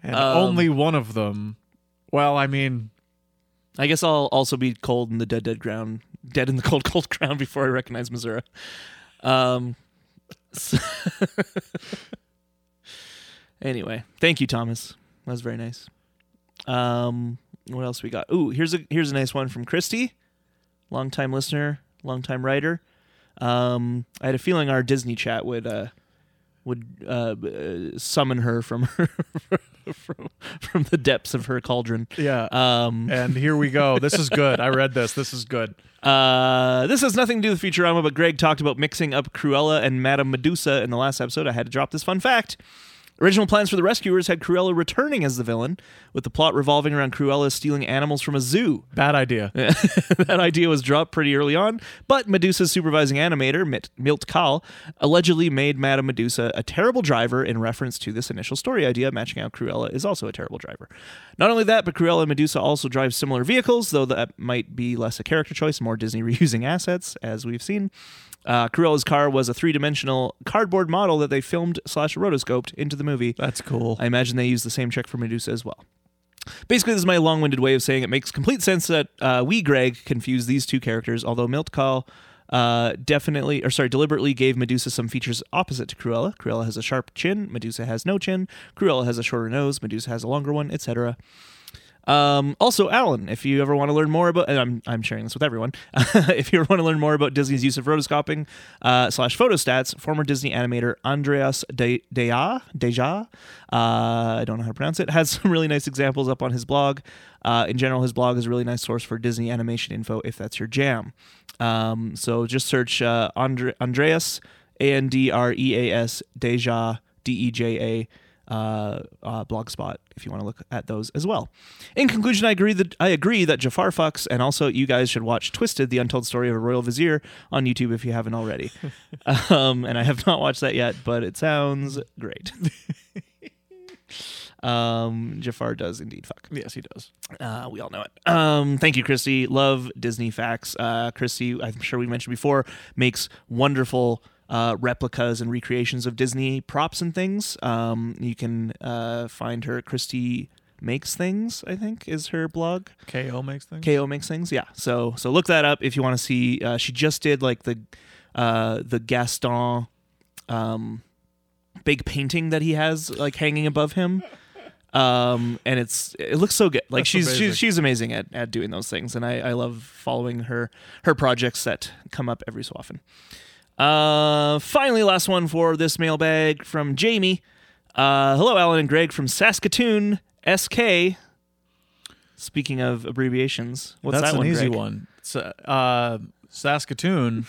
and um, only one of them. Well, I mean, I guess I'll also be cold in the dead, dead ground, dead in the cold, cold ground before I recognize Missouri. Um. so- anyway, thank you, Thomas. That was very nice. Um, what else we got? Ooh, here's a here's a nice one from Christy, longtime listener, longtime writer. Um, I had a feeling our Disney chat would uh would uh, b- uh summon her from her from from the depths of her cauldron. yeah. Um, and here we go. This is good. I read this. This is good. Uh, this has nothing to do with Futurama, but Greg talked about mixing up Cruella and Madame Medusa in the last episode. I had to drop this fun fact. Original plans for the rescuers had Cruella returning as the villain, with the plot revolving around Cruella stealing animals from a zoo. Bad idea. that idea was dropped pretty early on, but Medusa's supervising animator, Mit- Milt Kahl, allegedly made Madame Medusa a terrible driver in reference to this initial story idea, matching out Cruella is also a terrible driver. Not only that, but Cruella and Medusa also drive similar vehicles, though that might be less a character choice, more Disney reusing assets, as we've seen. Uh, Cruella's car was a three-dimensional cardboard model that they filmed slash rotoscoped into the movie. That's cool. I imagine they use the same trick for Medusa as well. Basically, this is my long winded way of saying it makes complete sense that uh, we, Greg, confuse these two characters, although Milt Call uh, definitely, or sorry, deliberately gave Medusa some features opposite to Cruella. Cruella has a sharp chin, Medusa has no chin, Cruella has a shorter nose, Medusa has a longer one, etc. Um, also, Alan, if you ever want to learn more about, and I'm, I'm sharing this with everyone, if you ever want to learn more about Disney's use of rotoscoping uh, slash photostats, former Disney animator Andreas De- Deja, Deja uh, I don't know how to pronounce it, has some really nice examples up on his blog. Uh, in general, his blog is a really nice source for Disney animation info if that's your jam. Um, so just search uh, Andre- Andreas A N D R E A S Deja D E J A uh, uh, blogspot. If you want to look at those as well. In conclusion, I agree that I agree that Jafar fucks, and also you guys should watch Twisted: The Untold Story of a Royal Vizier on YouTube if you haven't already. um, and I have not watched that yet, but it sounds great. um, Jafar does indeed fuck. Yes, he does. Uh, we all know it. Um, thank you, Christy. Love Disney facts. Uh, Christy, I'm sure we mentioned before, makes wonderful uh, replicas and recreations of Disney props and things. Um, you can uh, find her at Christy Makes Things, I think, is her blog. KO makes things. KO makes things. Yeah. So so look that up if you want to see. Uh, she just did like the uh, the Gaston um, big painting that he has like hanging above him. Um, and it's it looks so good. Like That's she's, amazing. she's she's amazing at, at doing those things, and I, I love following her her projects that come up every so often. Uh, finally, last one for this mailbag from Jamie. Uh, hello, Alan and Greg from Saskatoon, SK. Speaking of abbreviations, what's that That's an one? easy Greg? one. Sa- uh, Saskatoon.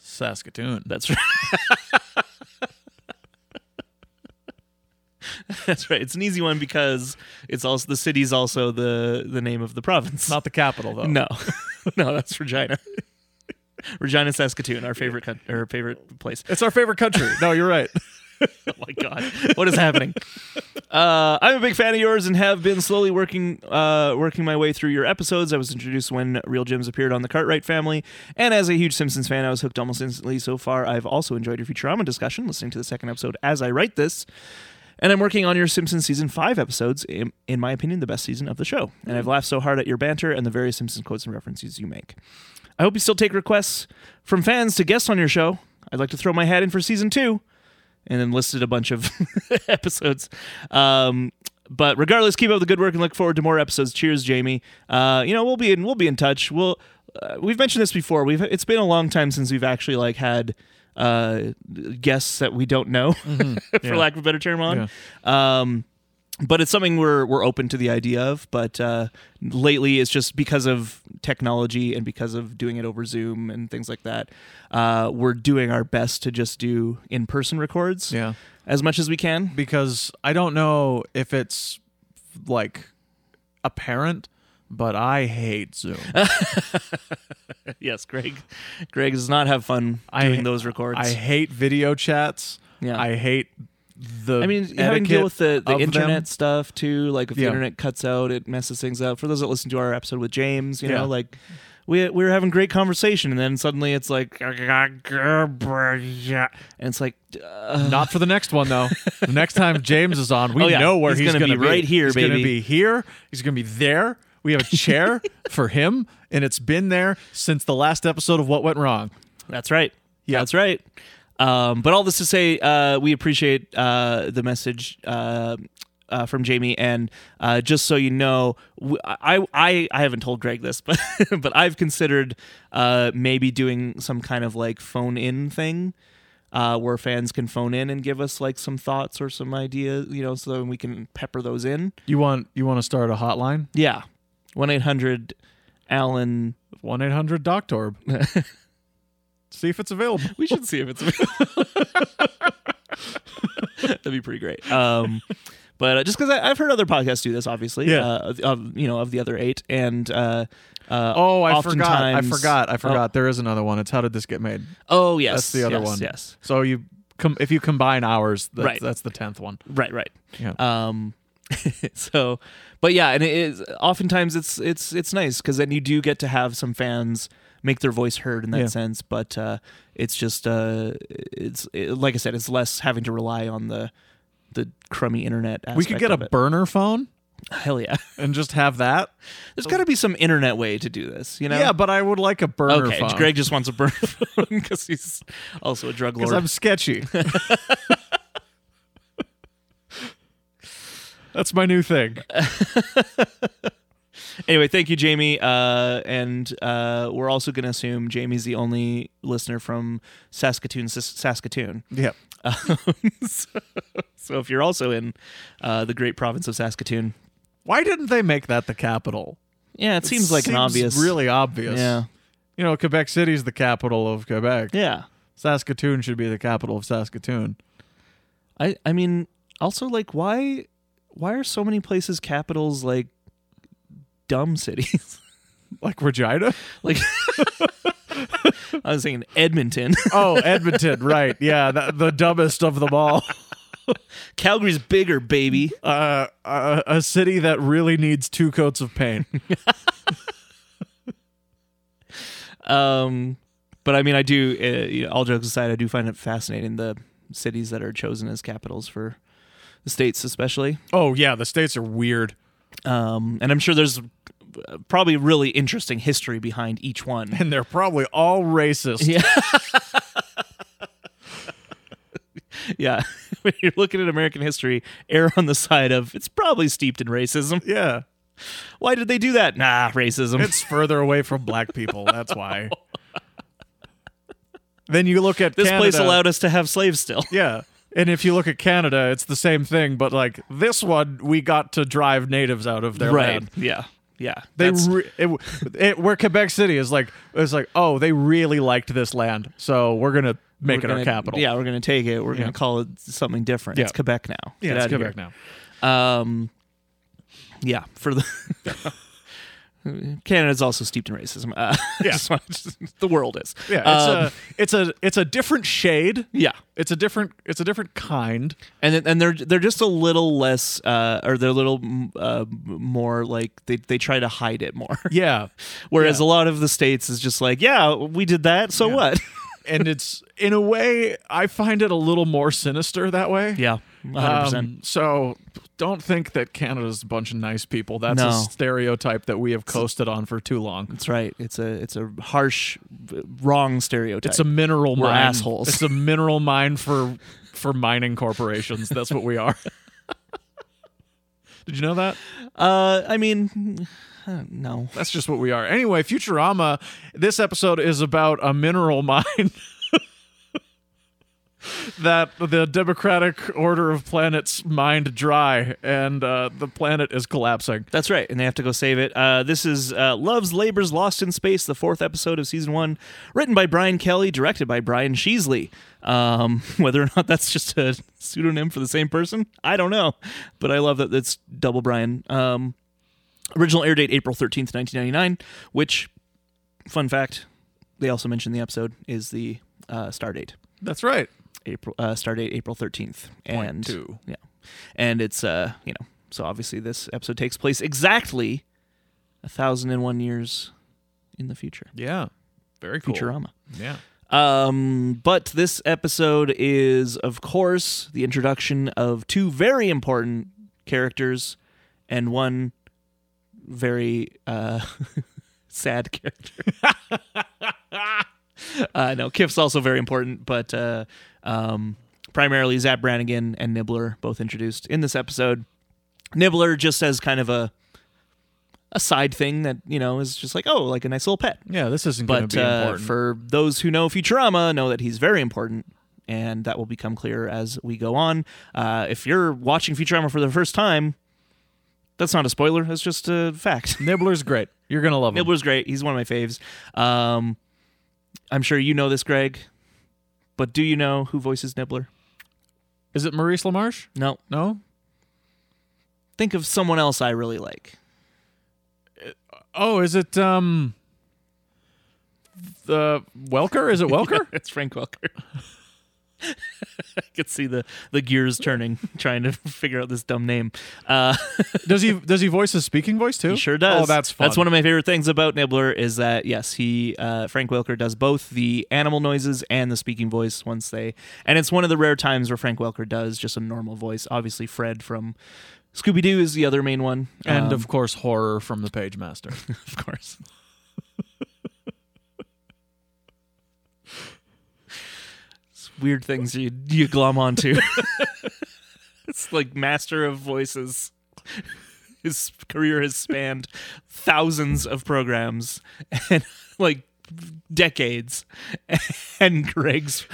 Saskatoon. That's right. That's right. It's an easy one because it's also the city's also the the name of the province. Not the capital though. no, no, that's Regina. Regina, Saskatoon, our favorite coun- our favorite place. It's our favorite country. No, you're right. Oh my god, what is happening? Uh, I'm a big fan of yours and have been slowly working uh, working my way through your episodes. I was introduced when Real Gems appeared on the Cartwright Family, and as a huge Simpsons fan, I was hooked almost instantly. So far, I've also enjoyed your Futurama discussion, listening to the second episode as I write this. And I'm working on your Simpsons season five episodes, in, in my opinion, the best season of the show. And I've laughed so hard at your banter and the various Simpsons quotes and references you make. I hope you still take requests from fans to guests on your show. I'd like to throw my hat in for season two and then listed a bunch of episodes. Um, but regardless, keep up the good work and look forward to more episodes. Cheers, Jamie. Uh, you know we'll be in we'll be in touch. We'll uh, we've mentioned this before. We've it's been a long time since we've actually like had uh, guests that we don't know, for Yeah. lack of a better term, on. Um, but it's something we're we're open to the idea of. But uh, lately, it's just because of technology and because of doing it over Zoom and things like that. Uh, we're doing our best to just do in person records Yeah. as much as we can. Because I don't know if it's like apparent, but I hate Zoom. yes, Greg. Greg does not have fun I- doing those records. I hate video chats. Yeah. I hate the I mean, having to deal etiquette with the, the of them. internet stuff too. Like if the Yeah. internet cuts out, it messes things up. For those that listen to our episode with James, you Yeah. know, like we we were having great conversation, and then suddenly it's like, and it's like, uh, Not for the next one though. the next time James is on, we Oh, yeah. know where He's he's, gonna be right here, he's baby. Gonna be here. He's gonna be there. We have a chair for him, and it's been there since the last episode of What Went Wrong. That's right. Yeah. That's right. Um, but all this to say, uh, we appreciate uh, the message uh, uh, from Jamie. And uh, just so you know, w- I, I, I haven't told Greg this, but but I've considered uh, maybe doing some kind of like phone in thing. Uh, where fans can phone in and give us like some thoughts or some ideas, you know, so then we can pepper those in. You want you want to start a hotline? Yeah. 1 800 Alan. One eight hundred Doctorb. See if it's available. We should see if it's available. That'd be pretty great. Um, but uh, just because I've heard other podcasts do this, obviously, Yeah. uh, of- of you know of the other eight, and uh, uh, Oh, I forgot. I oftentimes- forgot. I forgot. There is another one. It's how did this get made? Oh, yes, That's the other yes, one. Yes, So you com- if you combine hours, that's, Right. that's the tenth one. right, right. Yeah. Um, so, but yeah, and it is oftentimes it's it's it's nice because then you do get to have some fans make their voice heard in that Yeah. sense. But uh, it's just uh, it's it, like I said, it's less having to rely on the the crummy internet. we could aspect get a of it. burner phone hell yeah. and just have that. There's got to be some internet way to do this, you know? Yeah, but I would like a burner Okay, phone. Greg just wants a burner phone because he's also a drug because lord. I'm sketchy. That's my new thing. Anyway, thank you, Jamie. Uh, and uh, we're also going to assume Jamie's the only listener from Saskatoon, Sas- Saskatoon. Yeah. Um, so, so if you're also in uh, the great province of Saskatoon, Why didn't they make that the capital? yeah, it seems like an obvious, really obvious. yeah, You know, Quebec City's the capital of Quebec. yeah. Saskatoon should be the capital of Saskatoon. I I mean, also like why why are so many places capitals like dumb cities? Like Regina? like I was thinking Edmonton. Oh, Edmonton, right. Yeah, the, the dumbest of them all. Calgary's bigger, baby. Uh, a, a city that really needs two coats of paint. Um, but I mean, I do. Uh, you know, all jokes aside, I do find it fascinating the cities that are chosen as capitals for the states, especially. Oh, yeah, the states are weird. Um, and I'm sure there's uh, probably really interesting history behind each one. And they're probably all racist. Yeah. yeah, when you're looking at American history, err on the side of it's probably steeped in racism. Yeah. Why did they do that? Nah, racism. It's further away from black people. That's why. then you look at this place Canada- allowed us to have slaves still. Yeah. And if you look at Canada, it's the same thing, but like this one, we got to drive natives out of their land. Yeah. Yeah. They That's- re- it, it, where Quebec City is like it's like oh they really liked this land, so we're gonna make we're it gonna- our capital. Yeah, we're gonna take it. We're gonna call it something different. Yeah. It's Quebec now. Get yeah, it's outta Quebec now. here. Um, yeah, for the Canada's also steeped in racism. Uh, Yeah. just wanna- just- the world is. Um, Yeah, it's uh, a it's a it's a different shade. yeah, It's a different it's a different kind. and then- and they're they're just a little less, uh, or they're a little mm, uh, m- more like they they try to hide it more. Yeah, Whereas a lot of the states is just like, yeah, we did that, so what? and it's in a way I find it a little more sinister that way. yeah, hundred percent. Um, so don't think that Canada's a bunch of nice people. That's No. a stereotype that we have coasted on for too long. That's right. It's a it's a harsh, v- wrong stereotype. It's a mineral We're mine. assholes. It's a mineral mine for for mining corporations. That's what we are. Did you know that? Uh, I mean, uh, I don't know. That's just what we are. Anyway, Futurama, this episode is about a mineral mine that the Democratic Order of Planets mined dry, and uh, the planet is collapsing. That's right, and they have to go save it. Uh, this is uh, Love's Labor's Lost in Space, the fourth episode of season one, written by Brian Kelly, directed by Brian Sheasley. Um, whether or not that's just a pseudonym for the same person, I don't know, but I love that it's double Brian. Um, original air date April thirteenth, nineteen ninety nine. Which, fun fact, they also mentioned in the episode is the uh, star date. That's right. April uh, start date April thirteenth. And two. yeah, and it's uh you know so obviously this episode takes place exactly a thousand and one years in the future. Yeah. Very cool. Futurama. Yeah. Um, but this episode is of course the introduction of two very important characters and one very uh sad character. uh, no, Kif's also very important, but uh, um, primarily Zap Brannigan and Nibbler both introduced in this episode. Nibbler just as kind of a a side thing that you know is just like oh like a nice little pet, Yeah, this isn't going but to be uh, important. for those who know Futurama, know that he's very important. And that will become clear as we go on. Uh, if you're watching Futurama for the first time, that's not a spoiler. That's just a fact. Nibbler's great. You're going to love him. Nibbler's great. He's one of my faves. Um, I'm sure you know this, Greg, but do you know who voices Nibbler? Is it Maurice LaMarche? No. No? Think of someone else I really like. Oh, is it um the Welker? Is it Welker? it's Frank Welker. I could see the, the gears turning, trying to figure out this dumb name. Uh, does he does he voice his speaking voice too? He sure does. Oh, that's fun. That's one of my favorite things about Nibbler is that yes, he uh, Frank Welker does both the animal noises and the speaking voice once they, and it's one of the rare times where Frank Welker does just a normal voice. Obviously, Fred from Scooby Doo is the other main one, and Um, of course horror from the Page Master. of course. It's Weird things you you glom onto. it's like master of voices. His career has spanned thousands of programs and like decades. And Greg's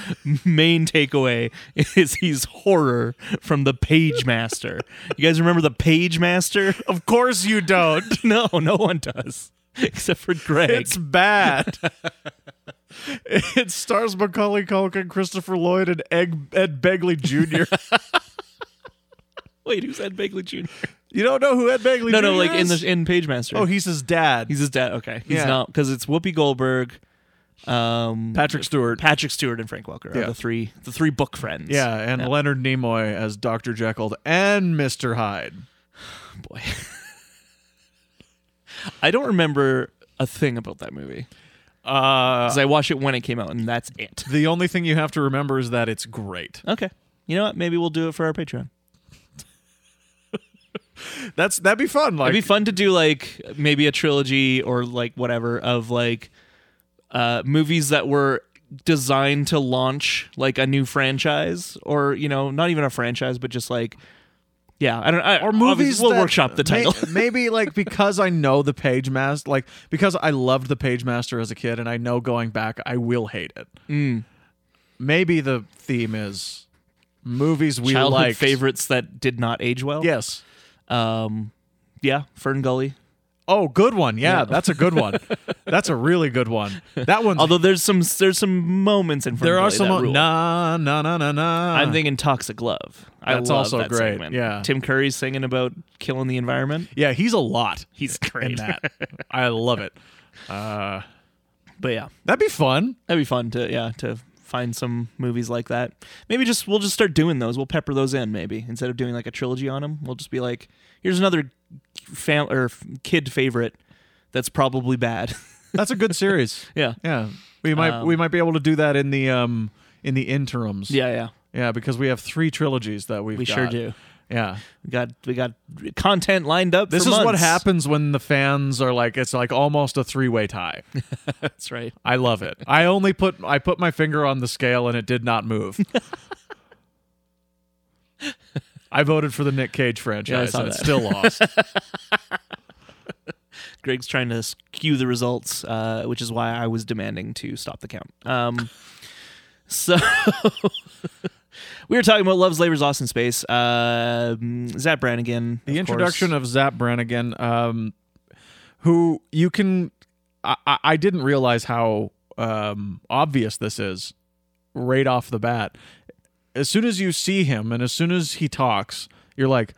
main takeaway is he's horror from the Page Master. You guys remember the Page Master? of course you don't. No, no one does. Except for Greg. It's bad. It stars Macaulay Culkin, Christopher Lloyd, and Egg- Ed Begley Jr. Wait, who's Ed Begley Jr.? you don't know who Ed Begley No, Jr. no, like in is? the in Pagemaster. oh, he's his dad. he's his dad. Okay, he's Yeah. not because it's Whoopi Goldberg, um, Patrick Stewart. Patrick Stewart, and Frank Welker are Yeah. the three the three book friends. yeah, and Leonard Nimoy as Dr. Jekyll and Mr. Hyde. boy. I don't remember a thing about that movie Uh, because I watched it when it came out, and that's it. the only thing you have to remember is that it's great. Okay, you know what? Maybe we'll do it for our Patreon. That's that'd be fun. Like It'd be fun to do like maybe a trilogy or like whatever of like uh, movies that were designed to launch like a new franchise or you know not even a franchise but just like yeah I don't I, or movies obviously, we'll that workshop the may- title maybe like because I know the Page Master, like because I loved the Page Master as a kid, and I know going back I will hate it. Mm. Maybe the theme is movies we childhood like. favorites that did not age well Yes. um yeah Fern Gully Oh, good one. Yeah, that's a good one. that's a really good one. That one's although there's some there's some moments in Fern there Gully are some that mo- rule. na na na na na. I'm thinking Toxic Love I That's love also that great, segment. yeah. Tim Curry's singing about killing the environment yeah, he's a lot he's in great that. I love it. Uh, but yeah that'd be fun. That'd be fun to yeah to find some movies like that. Maybe just we'll just start doing those. We'll pepper those in maybe instead of doing like a trilogy on them. We'll just be like, here's another fam or f- kid favorite that's probably bad. That's a good series. yeah. Yeah, we might Um, we might be able to do that in the um in the interims. Yeah, yeah. yeah, because we have three trilogies that we've We got. sure do. Yeah, We got we got content lined up. this for is what months. happens when the fans are like it's like almost a three way tie. That's right. I love it. I only put I put my finger on the scale and it did not move. I voted for the Nick Cage franchise saw and it that. still lost. Greg's trying to skew the results, uh, which is why I was demanding to stop the count. Um, so we were talking about Love's Labor's Lost in Space. Uh, Zap Brannigan. the introduction of Zap Brannigan, um, who you can, I, I- I didn't realize how um, obvious this is right off the bat. As soon as you see him and as soon as he talks, you're like,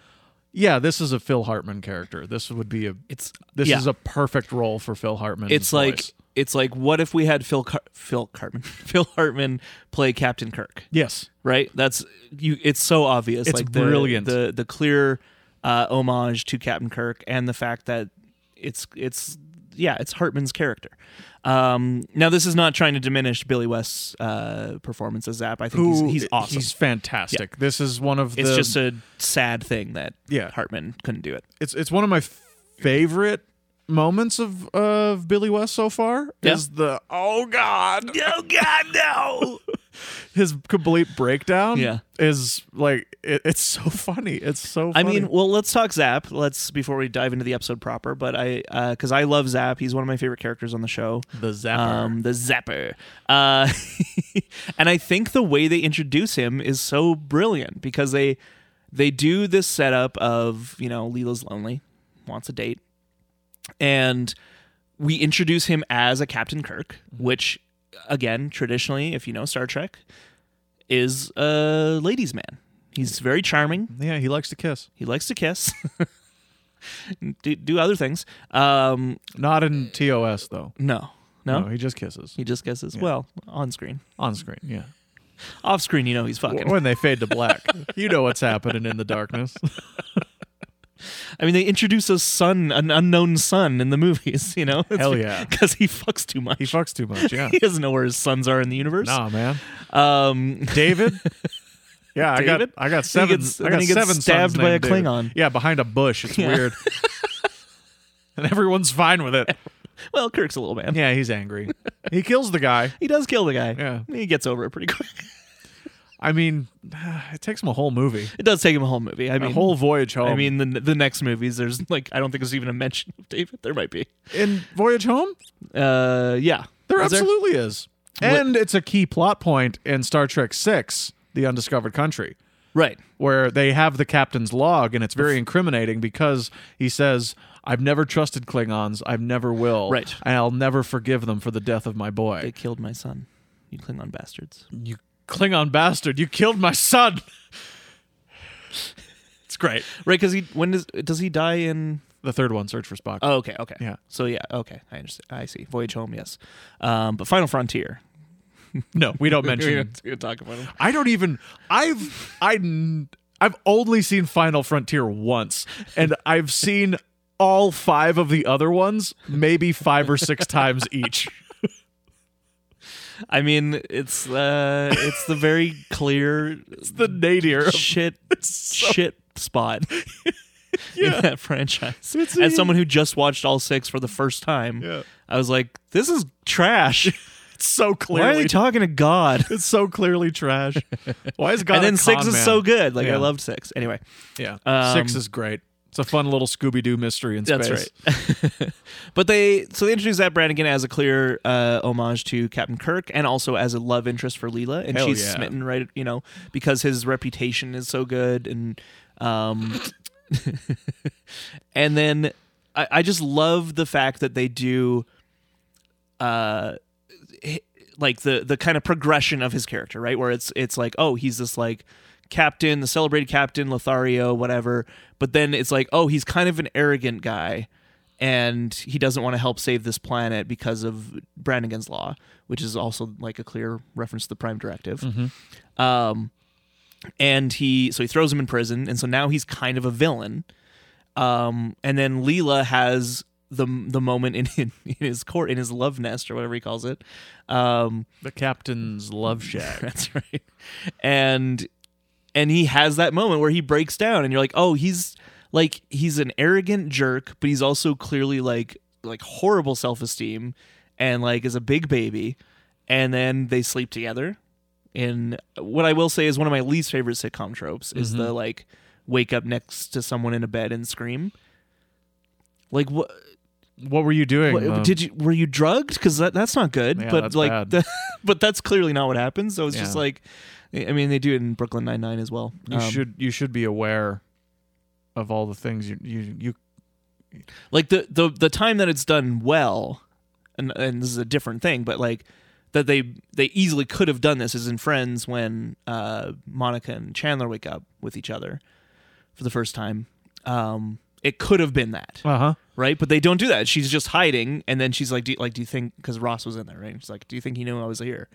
yeah, this is a Phil Hartman character. This would be a, it's this yeah. is a perfect role for Phil Hartman. it's like it's like what if we had Phil Car- Phil Cartman Phil Hartman play Captain Kirk? yes, right? That's you. It's so obvious. It's like the, brilliant. The the clear uh, homage to Captain Kirk and the fact that it's it's yeah, it's Hartman's character. Um, now this is not trying to diminish Billy West's uh, performance as Zap. I think he's, he's awesome. He's fantastic. This is one of the, it's just a sad thing that Yeah. Hartman couldn't do it. it's it's one of my favorite moments of of Billy West so far Yeah. is the oh god Oh God, no! his complete breakdown Yeah. is like it, it's so funny it's so I funny. mean, well, let's talk Zap. Let's before we dive into the episode proper. But I, because I love Zap. He's one of my favorite characters on the show. the zapper um, the zapper. Uh, and I think the way they introduce him is so brilliant because they they do this setup of you know Leela's lonely, wants a date, and we introduce him as a Captain Kirk, which again traditionally, if you know Star Trek, is a ladies' man. He's very charming. yeah he likes to kiss He likes to kiss. Do, do other things. Um, not in TOS though no, no, no he just kisses he just guesses. Well, on screen. on screen yeah Off screen, you know he's fucking. when they fade to black you know what's happening in the darkness I mean, they introduce a son, an unknown son, in the movies. You know, Hell yeah. because he fucks too much. he He, fucks too much yeah doesn't know where his sons are in the universe. nah man Um, David. Yeah, I David? got I got Then he seven. gets- I then got he gets seven sons stabbed by named a David. Klingon. Yeah, behind a bush. It's Yeah. weird. and everyone's fine with it. well, Kirk's a little man. Yeah, he's angry. He kills the guy. He does kill the guy. Yeah. He gets over it pretty quick. I mean, it takes him a whole movie, It does take him a whole movie. I a mean, whole voyage home. I mean, the the next movies, there's like I don't think there's even a mention of David. There might be. in voyage home, Uh, yeah. there Is absolutely is, and it's a key plot point in Star Trek Six: The Undiscovered Country. Right. where they have the captain's log and it's very incriminating because he says I've never trusted Klingons. I've never will. Right. And I'll never forgive them for the death of my They boy. killed my son. You Klingon bastards. You Klingon bastard! You killed my son. it's great. Right, because he when does does he die in? The third one, search for Spock. Oh, okay, okay. Yeah. So yeah, okay. I understand. I see. Voyage home, yes. Um, but Final Frontier. no, we don't We mention. don't- we don't talk about him. I don't even. I've I n- I've only seen Final Frontier once, and I've seen all five of the other ones maybe five or six times each. I mean, it's uh, it's the very clear The nadir. of- shit shit spot Yeah. in that franchise. It's- As someone who just watched all six for the first time, Yeah. I was like, "This is trash. It's so Why are clearly. they talking to God?" it's so clearly trash. Why is God? and a then six con is man? so good. Like Yeah. I loved six. Anyway, Yeah. Um, six is great. It's a fun little Scooby Doo mystery in space. That's right. but they so they introduced that Brannigan as a clear uh, homage to Captain Kirk, and also as a love interest for Leela, and Hell she's yeah. smitten, right? You know, because his reputation is so good, and um, and then I, I just love the fact that they do, uh, h- like the the kind of progression of his character, right? Where it's it's like, oh, he's this like captain, the celebrated captain, Lothario, whatever. But then it's like, oh, he's kind of an arrogant guy, and he doesn't want to help save this planet because of Brannigan's law, which is also like a clear reference to the Prime Directive. Um, and he so he throws him in prison, and so now he's kind of a villain. Um, and then Leela has the the moment in, in his court in his love nest or whatever he calls it. Um, The captain's love shack. that's right. And and he has that moment where he breaks down and you're like, "Oh, he's like he's an arrogant jerk, but he's also clearly like like horrible self-esteem and like is a big baby." And then they sleep together. And what I will say is one of my least favorite sitcom tropes is the like wake up next to someone in a bed and scream. Like what What were you doing? uh, what- though? did you were you drugged? Because that, that's not good. Yeah, but that's like, bad. the- but that's clearly not what happens. So it's just Yeah. like, I mean, they do it in Brooklyn Nine Nine as well. You Um, should you should be aware of all the things you you, you like the the the time that it's done well, and and this is a different thing, but like that they they easily could have done this is in Friends when uh, Monica and Chandler wake up with each other for the first time. Um, it could have been that. uh huh right? But they don't do that. She's just hiding, and then she's like, "Do like do you think?" Because Ross was in there, right? And she's like, "Do you think he knew I was here?"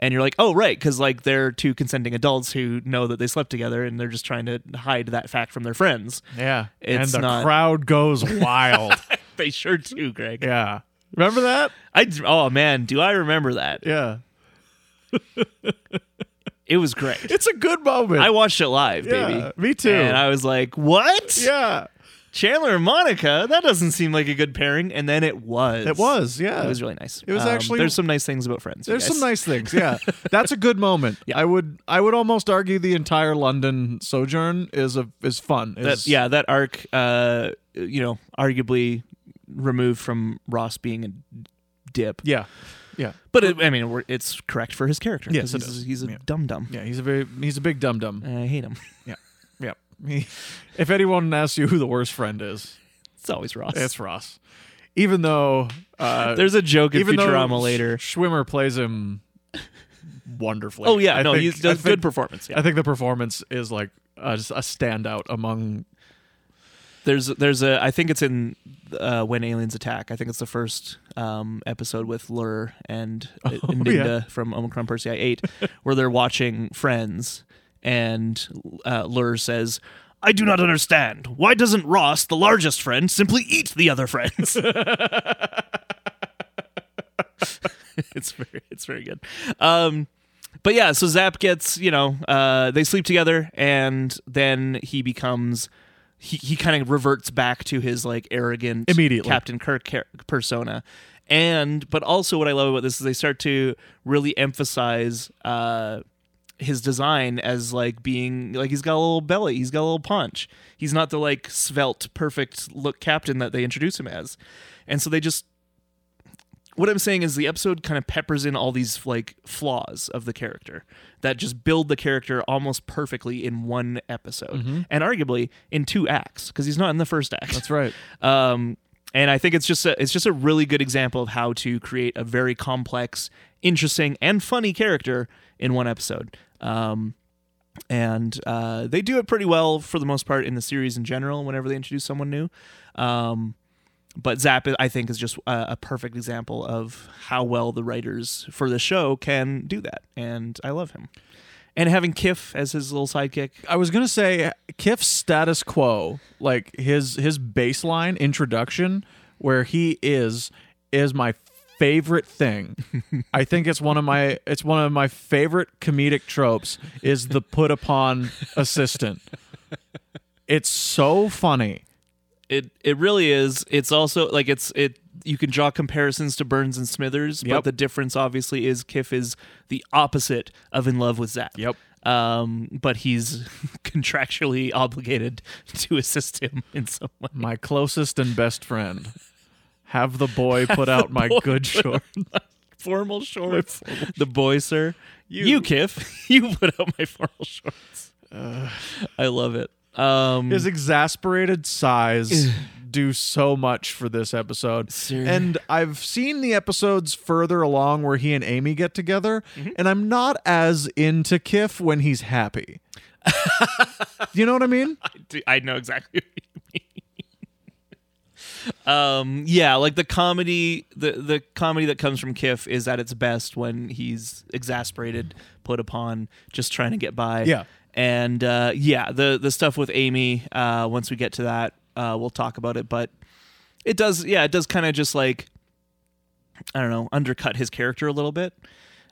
And you're like, "Oh, right," because like they're two consenting adults who know that they slept together, and they're just trying to hide that fact from their friends. yeah It's and the not- crowd goes wild They sure do, Greg. yeah remember that I d- oh man, do I remember that? yeah It was great. it's a good moment I watched it live, yeah, baby. me too And I was like, "What? yeah Chandler and Monica? That doesn't seem like a good pairing." And then it was. it was yeah It was really nice. Um, It was actually- There's some nice things about Friends. you there's some guys. nice things yeah that's a good moment I would I would almost argue the entire London sojourn is a is fun that is- yeah that arc uh you know arguably removed from ross being a dip yeah yeah but it, i mean we're- it's correct for his character 'cause Yes, it he's, is. he's a Yeah. dum dum yeah he's a very he's a big dum dum i hate him yeah yeah if anyone asks you who the worst friend is it's always ross It's Ross. Even though uh, there's a joke in even though futurama Sh- later Schwimmer plays him wonderfully. oh yeah no think- he I does think- good performance yeah I think the performance is like a, a standout among. there's there's a i think it's in uh when aliens attack i think it's the first um episode with lur and uh, Ninda from omicron persei 8 where they're watching friends and uh, lur says i do not understand why doesn't ross the largest friend simply eat the other friends it's very it's very good um but yeah, so Zap gets, you know, uh, they sleep together and then he becomes, he, he kind of reverts back to his like arrogant Immediately. Captain Kirk char- persona. And, but also what I love about this is they start to really emphasize, uh, his design as like being like he's got a little belly, he's got a little punch. He's not the like svelte, perfect look captain that they introduce him as, and so they just what I'm saying is the episode kind of peppers in all these like flaws of the character that just build the character almost perfectly in one episode and arguably in two acts because he's not in the first act. That's right. Um, and I think it's just a, it's just a really good example of how to create a very complex, interesting, and funny character in one episode. Um, and uh, they do it pretty well for the most part in the series in general. Whenever they introduce someone new, um, but Zap I think is just a, a perfect example of how well the writers for the show can do that, and I love him. And having Kiff as his little sidekick, I was gonna say Kiff's status quo, like his his baseline introduction, where he is, is my favorite thing. I think it's one of my it's one of my favorite comedic tropes is the put upon assistant. It's so funny. It it really is. It's also like it's it. You can draw comparisons to Burns and Smithers, but Yep. the difference obviously is Kiff is the opposite of in love with Zap. Yep. Um, but he's contractually obligated to assist him in some way. My closest and best friend. Have the boy put out my good short. Formal shorts. The boy, sir. You, Kiff. You put out my formal shorts. I love it. Um, His exasperated sighs do so much for this episode. Sir. And I've seen the episodes further along where he and Amy get together, Mm-hmm. and I'm not as into Kiff when he's happy. you know what I mean? Do- I know exactly what you mean. um, yeah, like the comedy, the the comedy that comes from Kiff is at its best when he's exasperated, put upon, just trying to get by. Yeah. and uh, yeah, the the stuff with Amy. Uh, once we get to that, uh, we'll talk about it. But it does, yeah, it does kind of just like I don't know, undercut his character a little bit.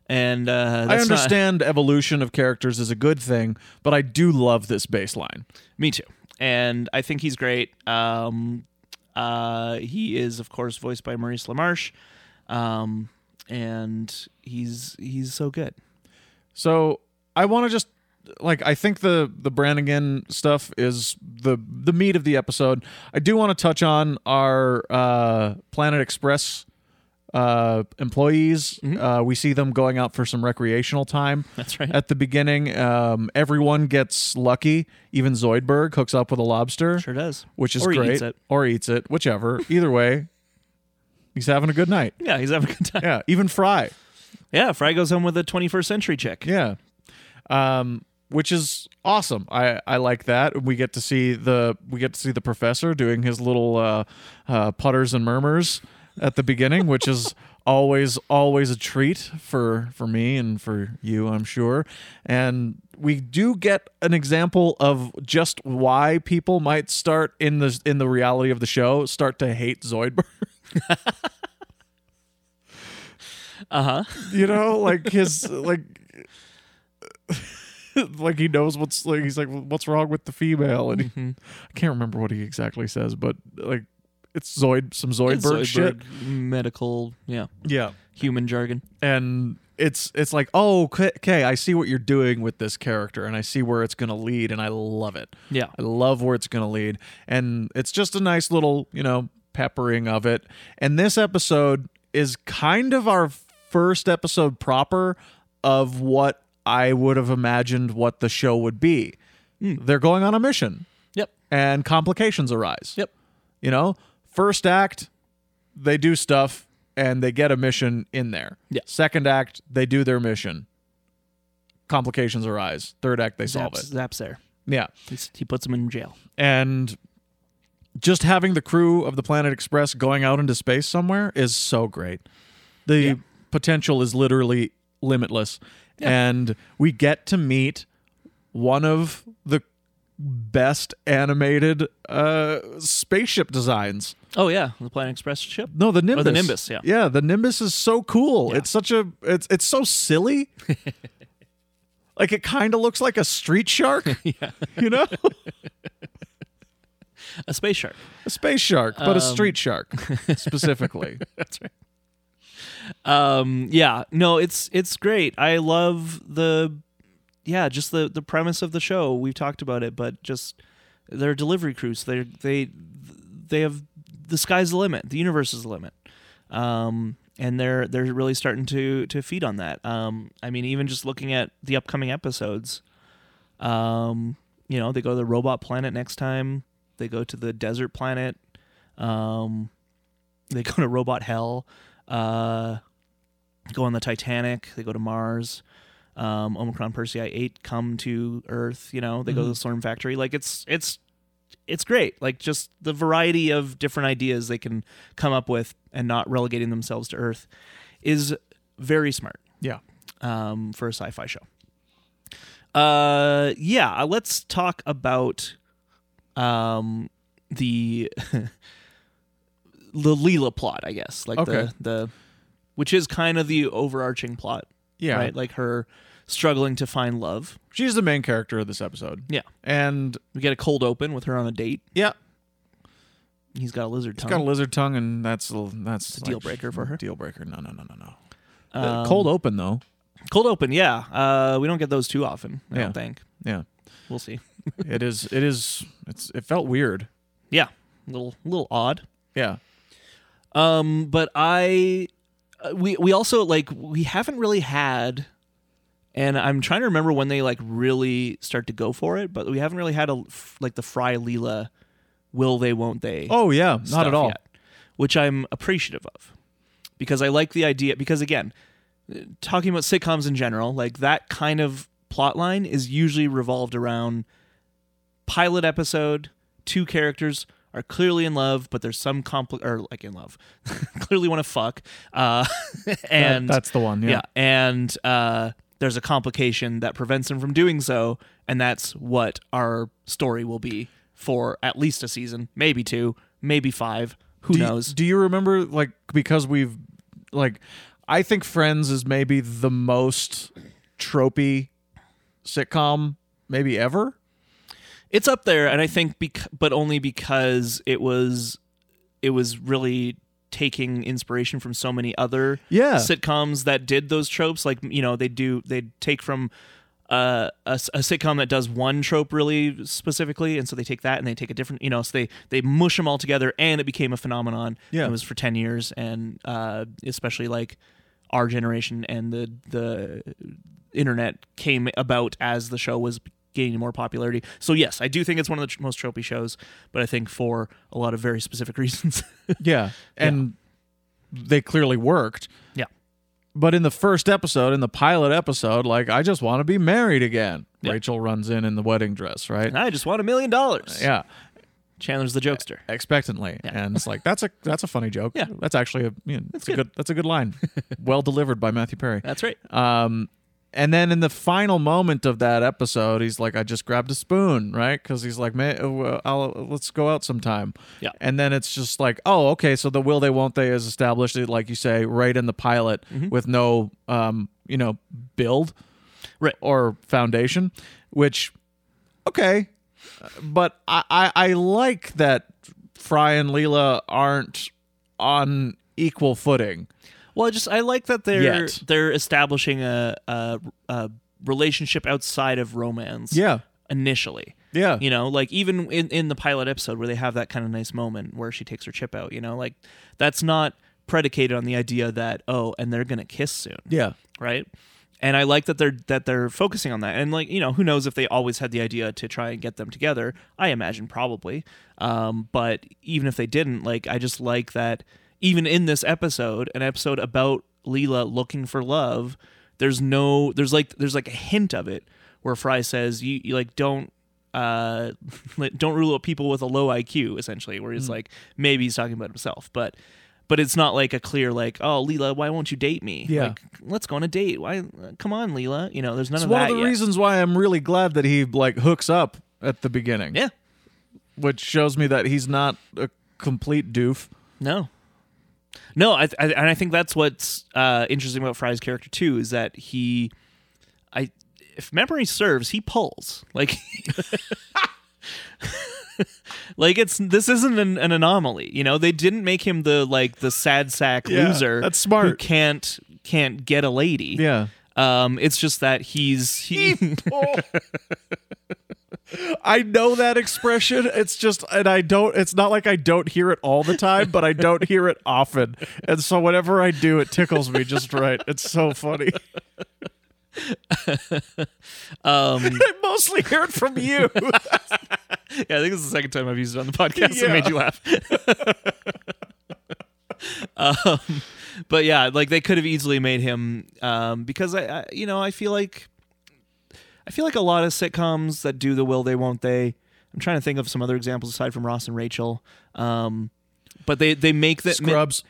And uh, I that's not- understand evolution of characters is a good thing, but I do love this baseline. Me too. And I think he's great. Um, uh, he is, of course, voiced by Maurice LaMarche. Um, and he's he's so good. So I want to just like I think the the Brannigan stuff is the the meat of the episode. I do want to touch on our uh, Planet Express uh, employees. Mm-hmm. Uh, we see them going out for some recreational time. That's right. At the beginning, um, everyone gets lucky. Even Zoidberg hooks up with a lobster, Sure does. which is Or he great, eats it. or eats it, whichever. Either way, he's having a good night. Yeah, he's having a good time. Yeah, even Fry. Yeah, Fry goes home with a 21st century chick. Yeah. Um, which is awesome. I, I like that. We get to see the we get to see the professor doing his little uh, uh, putters and murmurs at the beginning, which is always always a treat for for me and for you, I'm sure. And we do get an example of just why people might start in the in the reality of the show start to hate Zoidberg. Uh huh. you know like his like like he knows what's like he's like what's wrong with the female and he- i can't remember what he exactly says but like it's zoid some zoidberg, shit medical, yeah, yeah human jargon. and it's it's like oh okay i see what you're doing with this character and i see where it's going to lead and i love it Yeah. I love where it's going to lead. And it's just a nice little, you know, peppering of it. And this episode is kind of our first episode proper of what I would have imagined what the show would be. Hmm. They're going on a mission Yep. and complications arise. Yep. You know, first act, they do stuff and they get a mission in there. Yeah. Second act, they do their mission. Complications arise. Third act, they solve Zaps, it. Zap's there. Yeah He's, he puts him in jail. and just having the crew of the Planet Express going out into space somewhere is so great. The potential is literally limitless. And we get to meet one of the best animated uh, spaceship designs. Oh yeah, the Planet Express ship. No, the Nimbus. Oh, the Nimbus, yeah. Yeah, the Nimbus is so cool. It's such a it's it's so silly. like it kind of looks like a street shark. You know? A space shark. A space shark, but Um, a street shark specifically. That's right. Um, yeah, no, it's it's great. I love the yeah, just the the premise of the show. We've talked about it, but just they're delivery crews. They they they have the sky's the limit. The universe is the limit. Um, and they're they're really starting to to feed on that. Um, I mean, even just looking at the upcoming episodes, um, you know, they go to the robot planet next time. They go to the desert planet. Um, they go to robot hell. Uh, go on the Titanic. They go to Mars. Um, Omicron Persei eight come to Earth. You know, they go to the Storm Factory. Like it's it's it's great. Like just the variety of different ideas they can come up with and not relegating themselves to Earth is very smart Yeah. um, for a sci-fi show. Uh, yeah, uh, let's talk about um, the the Leela plot, I guess. Like Okay. the the which is kind of the overarching plot, Yeah. right? Like her struggling to find love. She's the main character of this episode. Yeah, And we get a cold open with her on a date. yeah, He's got a lizard tongue. got a lizard tongue, and that's a- that's a deal breaker for her. Um, Deal breaker. No, no, no, no, no. Uh, Cold open though. cold open, yeah. Uh, we don't get those too often. I Yeah. don't think. Yeah, We'll see. it is. It is. It's. It felt weird. Yeah, little little odd. Yeah. Um, but I, uh, we we also like we haven't really had, and I'm trying to remember when they like really start to go for it, but we haven't really had a f- like the Fry Leela, will they, won't they? Oh yeah. Not stuff at all. yet, which I'm appreciative of, because I like the idea. Because again, uh, talking about sitcoms in general, like that kind of plot line is usually revolved around pilot episode. Two characters are clearly in love, but there's some compli or like in love, clearly want to fuck, uh, That- and that's the one. yeah. Yeah. and uh, there's a complication that prevents them from doing so, and that's what our story will be for at least a season, maybe two, maybe five. Who do knows? You, do you remember like because we've like I think Friends is maybe the most tropey sitcom maybe ever. it's up there, and I think, bec- but only because it was, it was really taking inspiration from so many other Yeah. sitcoms that did those tropes. Like you know, they do they take from uh, a, s- a sitcom that does one trope really specifically, and so they take that and they take a different. You know, so they they mush them all together, and it became a phenomenon. Yeah. it was for ten years, and uh, especially like our generation and the the internet came about as the show was gaining more popularity. So yes, I do think it's one of the tr- most tropey shows, but I think for a lot of very specific reasons. Yeah. And they clearly worked. yeah. But in the first episode, in the pilot episode, like I just want to be married again. Yeah. Rachel runs in in the wedding dress, right? And I just want a million dollars. Yeah, Chandler's the jokester. expectantly, and it's like that's a that's a funny joke. Yeah. that's actually a you know, that's a good that's a good line, well delivered by Matthew Perry. That's right. Um, and then in the final moment of that episode, he's like, "I just grabbed a spoon," right? Because he's like, "May uh, well, I'll, let's go out sometime." Yeah. And then it's just like, "Oh, okay." So the will they won't they is established, like you say, right in the pilot Mm-hmm. with no, um, you know, build, Right. or foundation, which, okay, but I I, I like that Fry and Leela aren't on equal footing. Well, I just I like that they're Yet. they're establishing a, a a relationship outside of romance. Yeah. Initially. Yeah. You know, like even in in the pilot episode where they have that kind of nice moment where she takes her chip out. You know, like that's not predicated on the idea that oh, and they're gonna kiss soon Yeah. right? And I like that they're that they're focusing on that. And like you know, who knows if they always had the idea to try and get them together? I imagine probably. Um, but even if they didn't, like I just like that even in this episode, an episode about Leela looking for love, there's no there's like there's like a hint of it where Fry says you, you like don't uh like, don't rule out people with a low IQ essentially where he's like maybe he's talking about himself but but it's not like a clear like oh Leela why won't you date me Yeah. like let's go on a date why come on Leela you know there's none It's of one that of the yet. reasons why I'm really glad that he like hooks up at the beginning, yeah which shows me that he's not a complete doof. No. No, I, I and I think that's what's uh, interesting about Fry's character too is that he, I, if memory serves, he pulls like, like it's this isn't an, an anomaly. You know, they didn't make him the like the sad sack Yeah, loser. that's Who smart. can't can't get a lady. Yeah. Um, it's just that he's he. I know that expression. It's just, and I don't, it's not like I don't hear it all the time, but I don't hear it often. And so whenever I do, it tickles me just right. It's so funny. Um, I mostly hear it from yeah, you. I think this is the second time I've used it on the podcast. It Yeah. made you laugh. um, but yeah, like they could have easily made him um, because I, I, you know, I feel like I feel like a lot of sitcoms that do the will they won't they. I'm trying to think of some other examples aside from Ross and Rachel. Um, but they they make that Scrubs.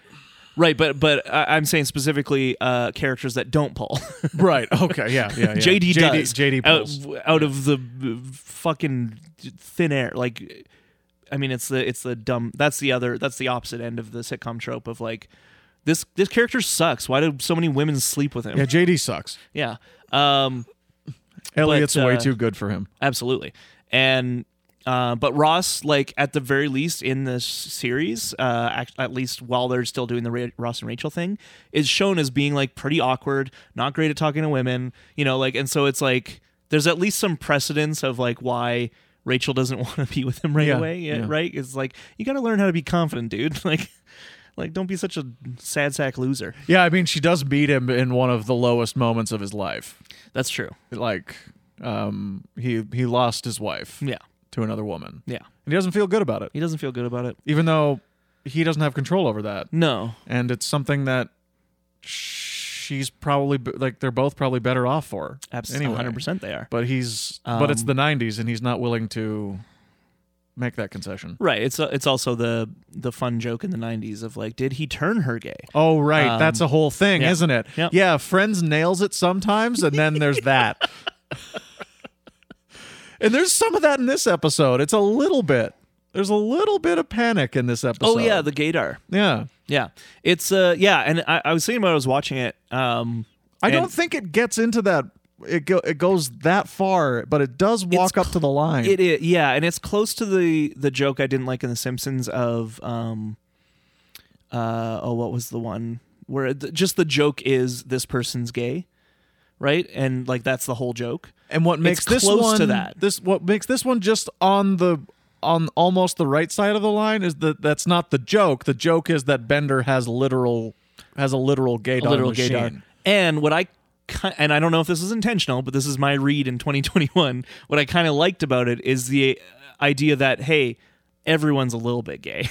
right, but but I, I'm saying specifically uh, characters that don't pull. Right. Okay. Yeah. Yeah. yeah. JD, does Uh, JD out, pulls. out of the uh, fucking thin air. Like, I mean, it's the it's the dumb. That's the other. That's the opposite end of the sitcom trope of like this this character sucks. Why do so many women sleep with yeah. him? JD sucks. Yeah, um, Elliot's way uh, too good for him. absolutely. And uh, but Ross, like at the very least in this series, uh, act- at least while they're still doing the Ra- Ross and Rachel thing, is shown as being like pretty awkward, not great at talking to women, you know, like, and so it's like there's at least some precedence of like why Rachel doesn't want to be with him right Yeah, away, yeah, yeah. right? It's like you got to learn how to be confident, dude. Like, like don't be such a sad sack loser. Yeah. I mean, she does beat him in one of the lowest moments of his life. That's true. Like, um, he he lost his wife Yeah, to another woman, yeah. and he doesn't feel good about it, He doesn't feel good about it. even though he doesn't have control over that. No, and it's something that she's probably b- like they're both probably better off for. absolutely, Anyway. hundred percent. They are. But he's but it's Um, the '90s, and he's not willing to make that concession. Right. It's uh, it's also the the fun joke in the '90s of like, did he turn her gay? Oh right, Um, that's a whole thing, yeah. isn't it? Yep. Yeah, Friends nails it sometimes, and then there's that. and there's some of that in this episode. It's a little bit. There's a little bit of panic in this episode. Oh yeah, the gaydar. yeah. Yeah, it's uh yeah, and I, I was thinking when I was watching it. Um, I and don't think it gets into that. It go, it goes that far, but it does walk up to the line. it, it yeah, and it's close to the the joke I didn't like in The Simpsons of um, uh oh what was the one where th- just the joke is this person's gay, right? And like that's the whole joke. And what makes this close one to that. this what makes this one just on the on almost the right side of the line is that that's not the joke. The joke is that Bender has literal has a literal gaydar literal machine. gaydar. And what I ki- and I don't know if this is intentional, but this is my read in 2021. What I kind of liked about it is the uh, idea that hey, everyone's a little bit gay,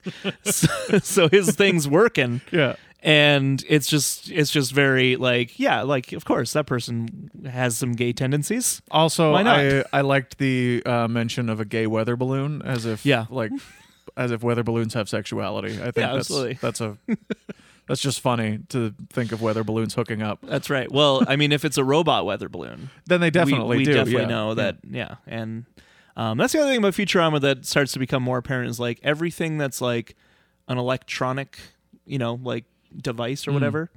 so, so his thing's working. Yeah. And it's just it's just very like yeah like of course that person has some gay tendencies Also, Why not? I I liked the uh, mention of a gay weather balloon as if Yeah. like as if weather balloons have sexuality. I think Yeah, that's absolutely. that's a that's just funny to think of weather balloons hooking up. that's right well I mean if it's a robot weather balloon Then they we- definitely we, do. definitely yeah. know that yeah and um, that's the other thing about futurama that starts to become more apparent is like everything that's like an electronic you know like device Mm. or whatever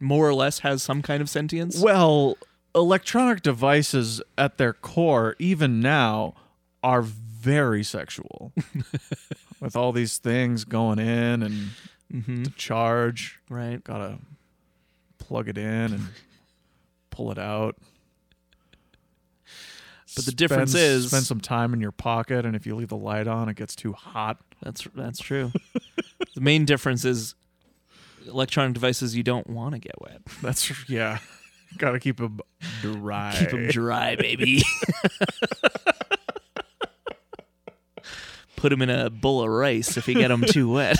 more or less has some kind of sentience Well, electronic devices at their core, even now, are very sexual. With all these things going in and Mm-hmm. to charge, right gotta plug it in and pull it out. But the difference Spend- is- spend some time in your pocket, and if you leave the light on, it gets too hot. that's that's true the main difference is electronic devices you don't want to get wet That's yeah. Gotta keep them dry. keep them dry baby put them in a bowl of rice if you get them too wet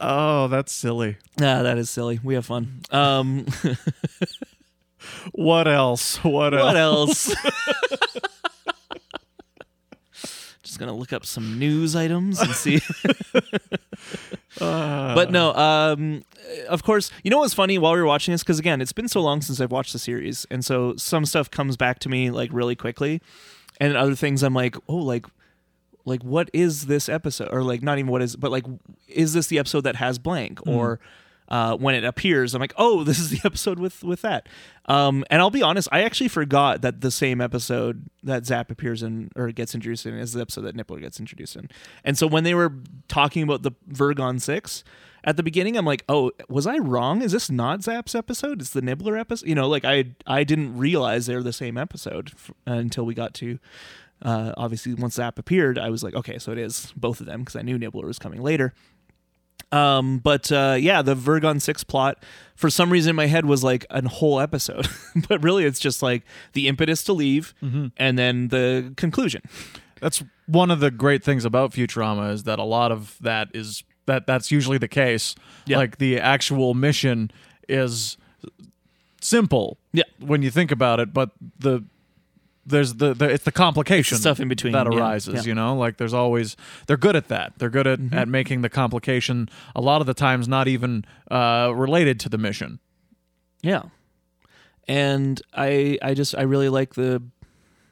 oh, that's silly. ah that is silly we have fun um What else? What, else? What else? Just gonna look up some news items and see. but no, um, of course, you know what's funny while we were watching this because again, it's been so long since I've watched the series, and so some stuff comes back to me like really quickly, and other things I'm like, oh, like, like what is this episode, or like not even what is, but like, is this the episode that has blank or? Uh, when it appears, I'm like, "Oh, this is the episode with with that." Um, and I'll be honest, I actually forgot that the same episode that Zap appears in or gets introduced in is the episode that Nippler gets introduced in. And so when they were talking about the Virgon Six, at the beginning I'm like, "Oh, was I wrong? Is this not Zap's episode? It's the Nibbler episode." You know, like I I didn't realize they were the same episode f- until we got to uh, obviously once Zap appeared, I was like, "Okay, so it is both of them" because I knew Nibbler was coming later. Um, but uh, yeah, the Virgon Six plot for some reason in my head was like an whole episode, but really it's just like the impetus to leave and then the conclusion. That's one of the great things about Futurama is that a lot of that is that that's usually the case. Yeah. Like the actual mission is simple. Yeah. When you think about it, but the there's the, the it's the complication stuff in between, that yeah, arises. yeah. Mm-hmm. You know, like there's always they're good at that. They're good at at making the complication a lot of the times not even uh, related to the mission. Yeah. And I I just I really like the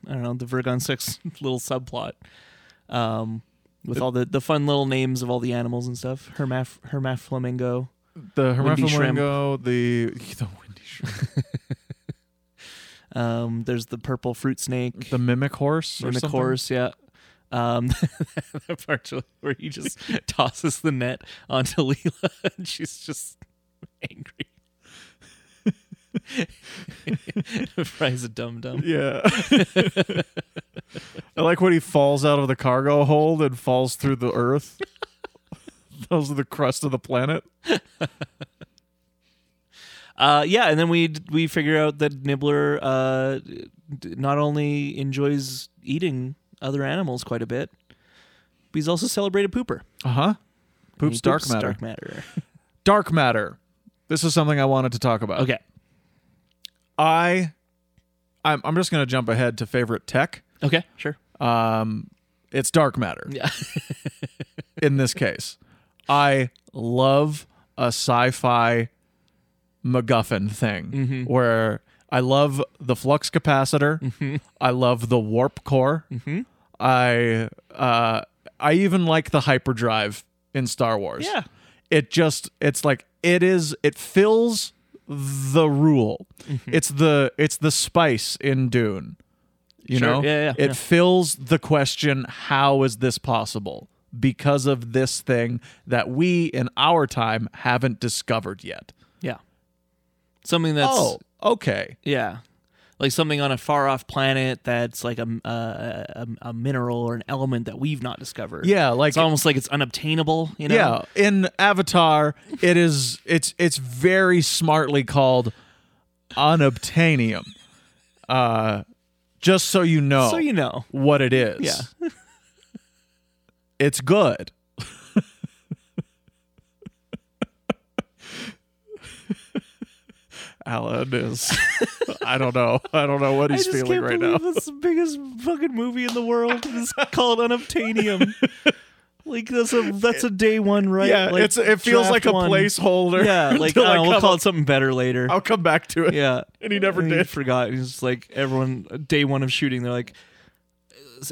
I don't know, the Virgon 6 little subplot. Um with all the, the fun little names of all the animals and stuff. Hermaph Hermaph Flamingo. The Windy shrimp. hermaphroditingo, the the windy shrimp, Um there's the purple fruit snake. the mimic horse, or in the something? chorus, yeah. Um, that part where he just tosses the net onto Leela and she's just angry. Fry's a dum dum. Yeah. I like when he falls out of the cargo hold and falls through the earth. Those are the crust of the planet. Uh, yeah, and then we we figure out that Nibbler uh, d- not only enjoys eating other animals quite a bit, but he's also celebrated pooper. Uh huh. And Poops he dark matter. Dark matter. Dark matter. This is something I wanted to talk about. Okay. I, I'm, I'm just going to jump ahead to favorite tech. Okay. Sure. Um, it's dark matter Yeah. in this case. I love a sci-fi MacGuffin thing Mm-hmm. where I love the flux capacitor. Mm-hmm. I love the warp core. I uh, I even like the hyperdrive in Star Wars. Yeah. it just it's like it is it fills the rule. Mm-hmm. It's the it's the spice in Dune. You Sure. know, Yeah, yeah, it yeah. fills the question how is this possible because of this thing that we in our time haven't discovered yet. Yeah. Something that's oh, okay. Yeah. Like something on a far off planet that's like a, uh, a, a mineral or an element that we've not discovered. Yeah, like It's almost like it's unobtainable, you know? yeah, in Avatar, it is it's it's very smartly called unobtainium. Uh just so you know. So you know. what it is. Yeah. it's good. Alan is. I don't know. I don't know what he's feeling right now. That's the biggest fucking movie in the world. It's called Unobtainium. like that's a that's a day one, right? Yeah, Like, it's it feels draft like a one. placeholder. Yeah, like until I don't know, I we'll come call up- it something better later. I'll come back to it. Yeah. And he never And did. forgot. He's just like everyone day one of shooting. They're like,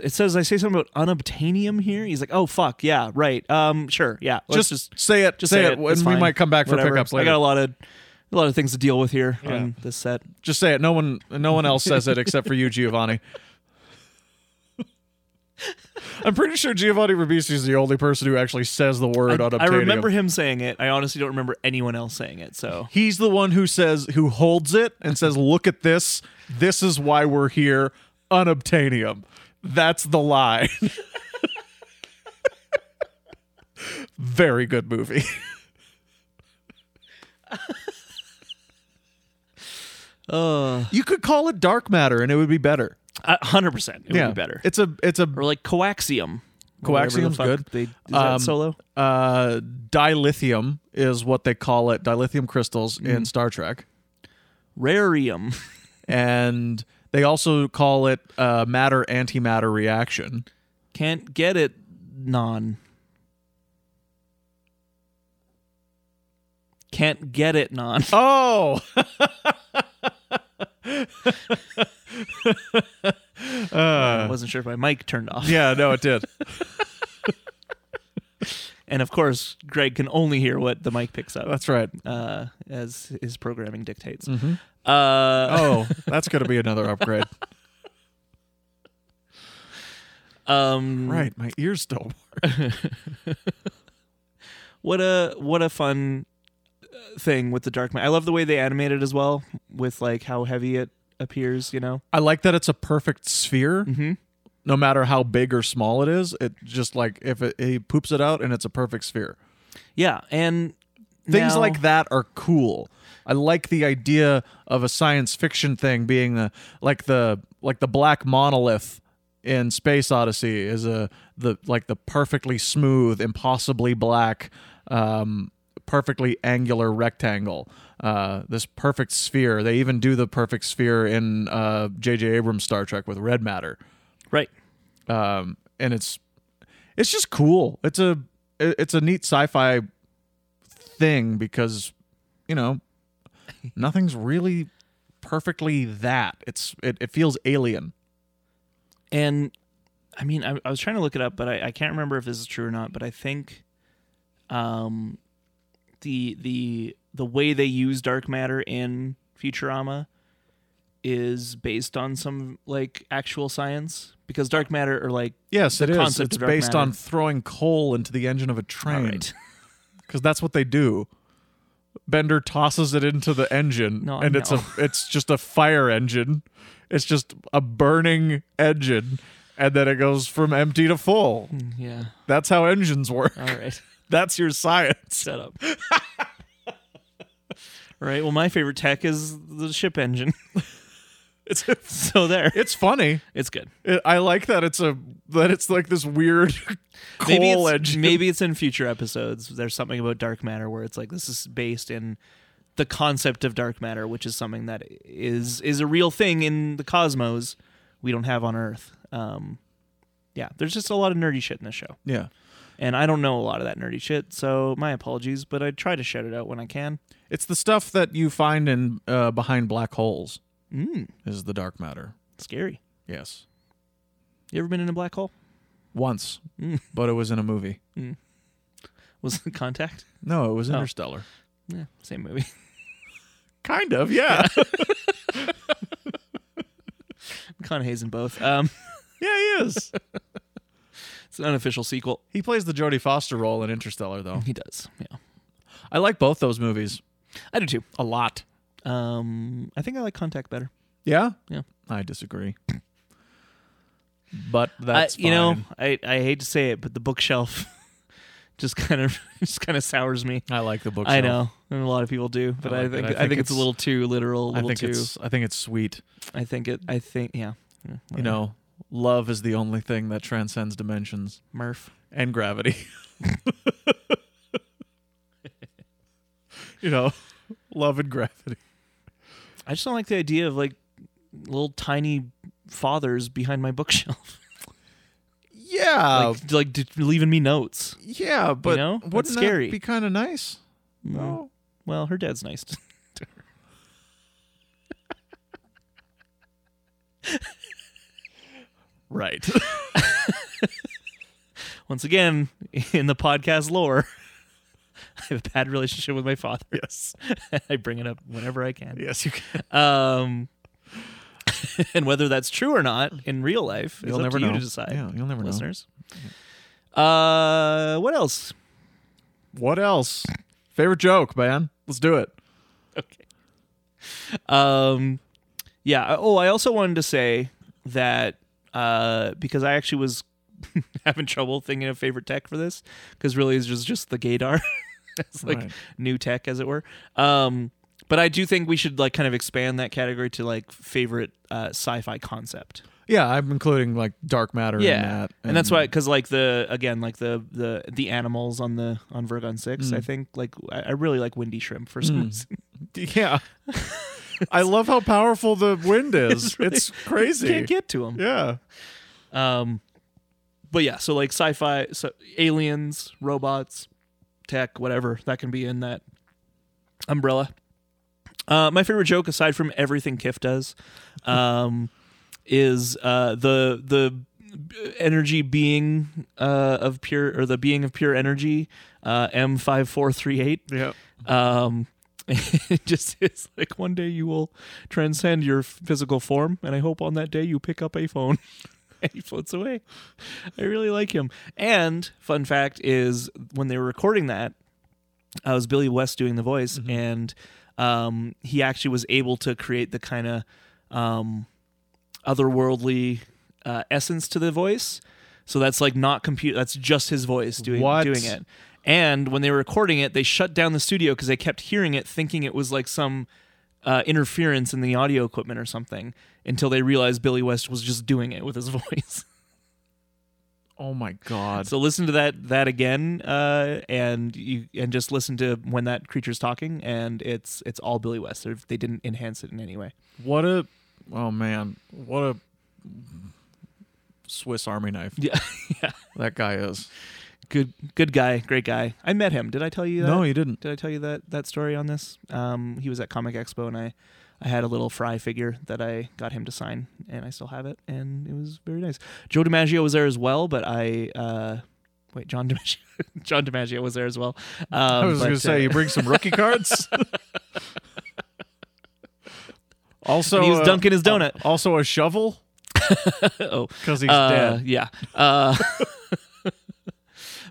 it says I say something about unobtainium here. He's like, oh fuck, yeah, right. Um, sure, yeah. Let's Just, say it. Just say, it. It's and we fine. might come back for Whatever. pickups I got later. a lot of a lot of things to deal with here on this set. Just say it. No one. No one else says it except for you, Giovanni. I'm pretty sure Giovanni Ribisi is the only person who actually says the word I, on I remember him saying it. I honestly don't remember anyone else saying it. So He's the one who says, who holds it and says, "Look at this. This is why we're here. Unobtainium. That's the line." Very good movie. uh, You could call it dark matter, and it would be better. hundred percent, it would be better. It's a it's a or like coaxium. or whatever the Coaxium's fuck good. They, is Um, that solo? uh dilithium is what they call it dilithium crystals Mm-hmm. in star trek Rarium. and they also call it uh, matter antimatter reaction Can't get it non. Can't get it non. oh I wasn't sure if my mic turned off. Uh, yeah no it did And of course, Greg can only hear what the mic picks up that's right uh, as his programming dictates. Uh, oh that's gonna be another upgrade um, Oh, right my ears don't work what a what a fun uh, thing with the Dark Knight. I love the way they animate it as well, with like how heavy it appears. You know, I like that it's a perfect sphere. No matter how big or small it is, it just like if it, he poops it out and it's a perfect sphere. yeah, and Things now- like that are cool. I like the idea of a science fiction thing being the like the like the black monolith in Space Odyssey is a the like the perfectly smooth, impossibly black, um, perfectly angular rectangle. Uh, this perfect sphere. They even do the perfect sphere in uh, J.J. Abrams' Star Trek with red matter right, um, and it's it's just cool. It's a it's a neat sci-fi thing because you know nothing's really perfectly that. It's it, it feels alien. and I mean, I, I was trying to look it up, but I, I can't remember if this is true or not. But I think, um, the the the way they use dark matter in Futurama is based on some like actual science because dark matter or like Yes, it is. concept It's of dark based on matter. throwing coal into the engine of a train All because right. that's what they do. Bender tosses it into the engine, No, I and it's a know. it's just a fire engine. It's just a burning engine, and then it goes from empty to full. yeah. That's how engines work. All right. That's your science. Set up. right. Well, my favorite tech is the ship engine. It's so there. it's funny. It's good. It, I like that it's a that it's like this weird coal Maybe it's, engine. maybe it's in future episodes. There's something about dark matter where it's like this is based in the concept of dark matter, which is something that is is a real thing in the cosmos we don't have on Earth. Um, yeah, there's just a lot of nerdy shit in this show, yeah. and I don't know a lot of that nerdy shit, so my apologies. But I try to shout it out when I can. It's the stuff that you find in uh, behind black holes Mm, is the dark matter. scary. Yes. You ever been in a black hole? Once, Mm. but it was in a movie. Was it contact? No, it was Oh. Interstellar. Yeah, same movie. Kind of, yeah. Conhays in both. Um, yeah, he is. it's an unofficial sequel. Oh, he plays the Jodie Foster role in Interstellar though. He does. Yeah, I like both those movies I do too. a lot. Um, I think I like Contact better. Yeah? Yeah. I disagree. But that's I, you know, fine. I I hate to say it, but the bookshelf just kind of just kind of sours me. I like the book. I know, and a lot of people do, but I I, like it. think, I I think think it's a it's- little too literal. A I little think too. it's I think it's sweet. I think it. I think yeah. Yeah, You whatever. know, love is the only thing that transcends dimensions Murph. and gravity. you know, love and gravity. I just don't like the idea of like little tiny fathers behind my bookshelf, Yeah, like like d- leaving me notes. yeah, but know? wouldn't That's scary. that be kind of nice? No, Well, her dad's nice. to- right. Once again, in the podcast lore, I have a bad relationship with my father. yes, I bring it up whenever I can. yes, you can. Um, and whether that's true or not in real life, is You'll up never to know. you to decide, Yeah, you'll never listeners. Uh, what else? know. What else? Favorite joke, man. Let's do it. Okay. Um, yeah. Oh, I also wanted to say that uh, because I actually was having trouble thinking of favorite tech for this because really it's just just the gaydar. it's like Right. new tech, as it were. Um, but I do think we should like kind of expand that category to like favorite uh, sci-fi concept. Yeah, I'm including like dark matter in that, and, that's why because like the again like the the the animals on the on Virgon Six, I think like I, I really like Windy Shrimp for some reason. Yeah. I love how powerful the wind is. It's, really- crazy. Can't get to them. yeah. Um, but yeah, so like sci-fi, so aliens, robots, tech, whatever that can be in that umbrella. Uh, my favorite joke, aside from everything Kiff does, um, is uh, the the b- energy being uh, of pure or the being of pure energy, uh, M five four three eight. Yeah. Um, it just is like one day you will transcend your physical form, and I hope on that day you pick up a phone. and he floats away. I really like him. And fun fact is, when they were recording that, uh, it was Billy West doing the voice, and um, he actually was able to create the kind of um, otherworldly uh, essence to the voice. So that's like not compute. That's just his voice doing What? doing it. And when they were recording it, they shut down the studio because they kept hearing it, thinking it was like some uh, interference in the audio equipment or something. Until they realized Billy West was just doing it with his voice. Oh my god. So listen to that that again, uh, and you and just listen to when that creature's talking, and it's it's all Billy West. They're- They didn't enhance it in any way. What a oh man, what a Swiss Army knife Yeah, yeah. that guy is. Good good guy, great guy. I met him. Did I tell you? That? No, you didn't. Did I tell you that that story on this? Um, he was at Comic Expo, and I I had a little Fry figure that I got him to sign, and I still have it, and it was very nice. Joe DiMaggio was there as well, but I. Uh, Wait, John DiMaggio, John DiMaggio was there as well. Um, I was but, gonna say uh, you bring some rookie cards. also, And he was uh, dunking his donut. Also, a shovel oh, because he's Uh, dead. Yeah. Uh,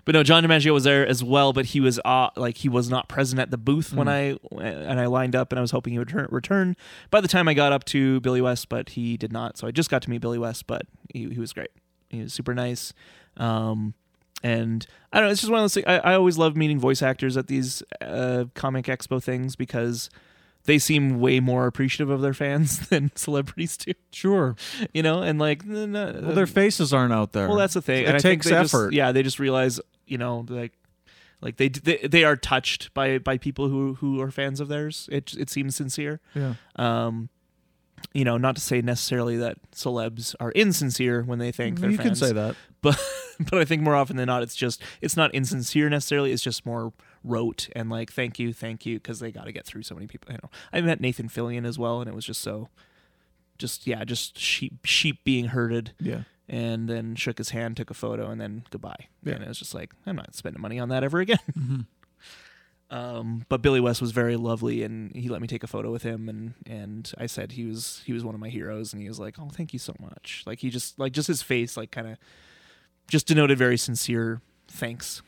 but no, John DiMaggio was there as well, but he was uh, like he was not present at the booth when I Hmm. and I lined up and I was hoping he would return, return by the time I got up to Billy West, but he did not. So I just got to meet Billy West, but he, he was great. He was super nice. Um, and I don't know, it's just one of those things. I, I always love meeting voice actors at these uh, comic expo things because they seem way more appreciative of their fans than celebrities do, Sure. you know? And like, well, Well, their faces aren't out there. well, that's the thing. It and I think takes they just- effort. yeah, they just realize, you know, like, like they, they they are touched by by people who who are fans of theirs. It it seems sincere. yeah. Um, you know, not to say necessarily that celebs are insincere when they think they're you fans. can say that. but but I think more often than not, it's just it's not insincere necessarily. It's just more rote and like thank you, thank you, because they got to get through so many people. You know, I met Nathan Fillion as well, and it was just so, just yeah, just sheep sheep being herded Yeah. and then shook his hand, took a photo, and then goodbye. Yeah. And it was just like, I'm not spending money on that ever again. Um, but Billy West was very lovely, and he let me take a photo with him, and and I said he was he was one of my heroes, and he was like, oh, thank you so much. Like he just like just his face like kind of just denoted very sincere thanks,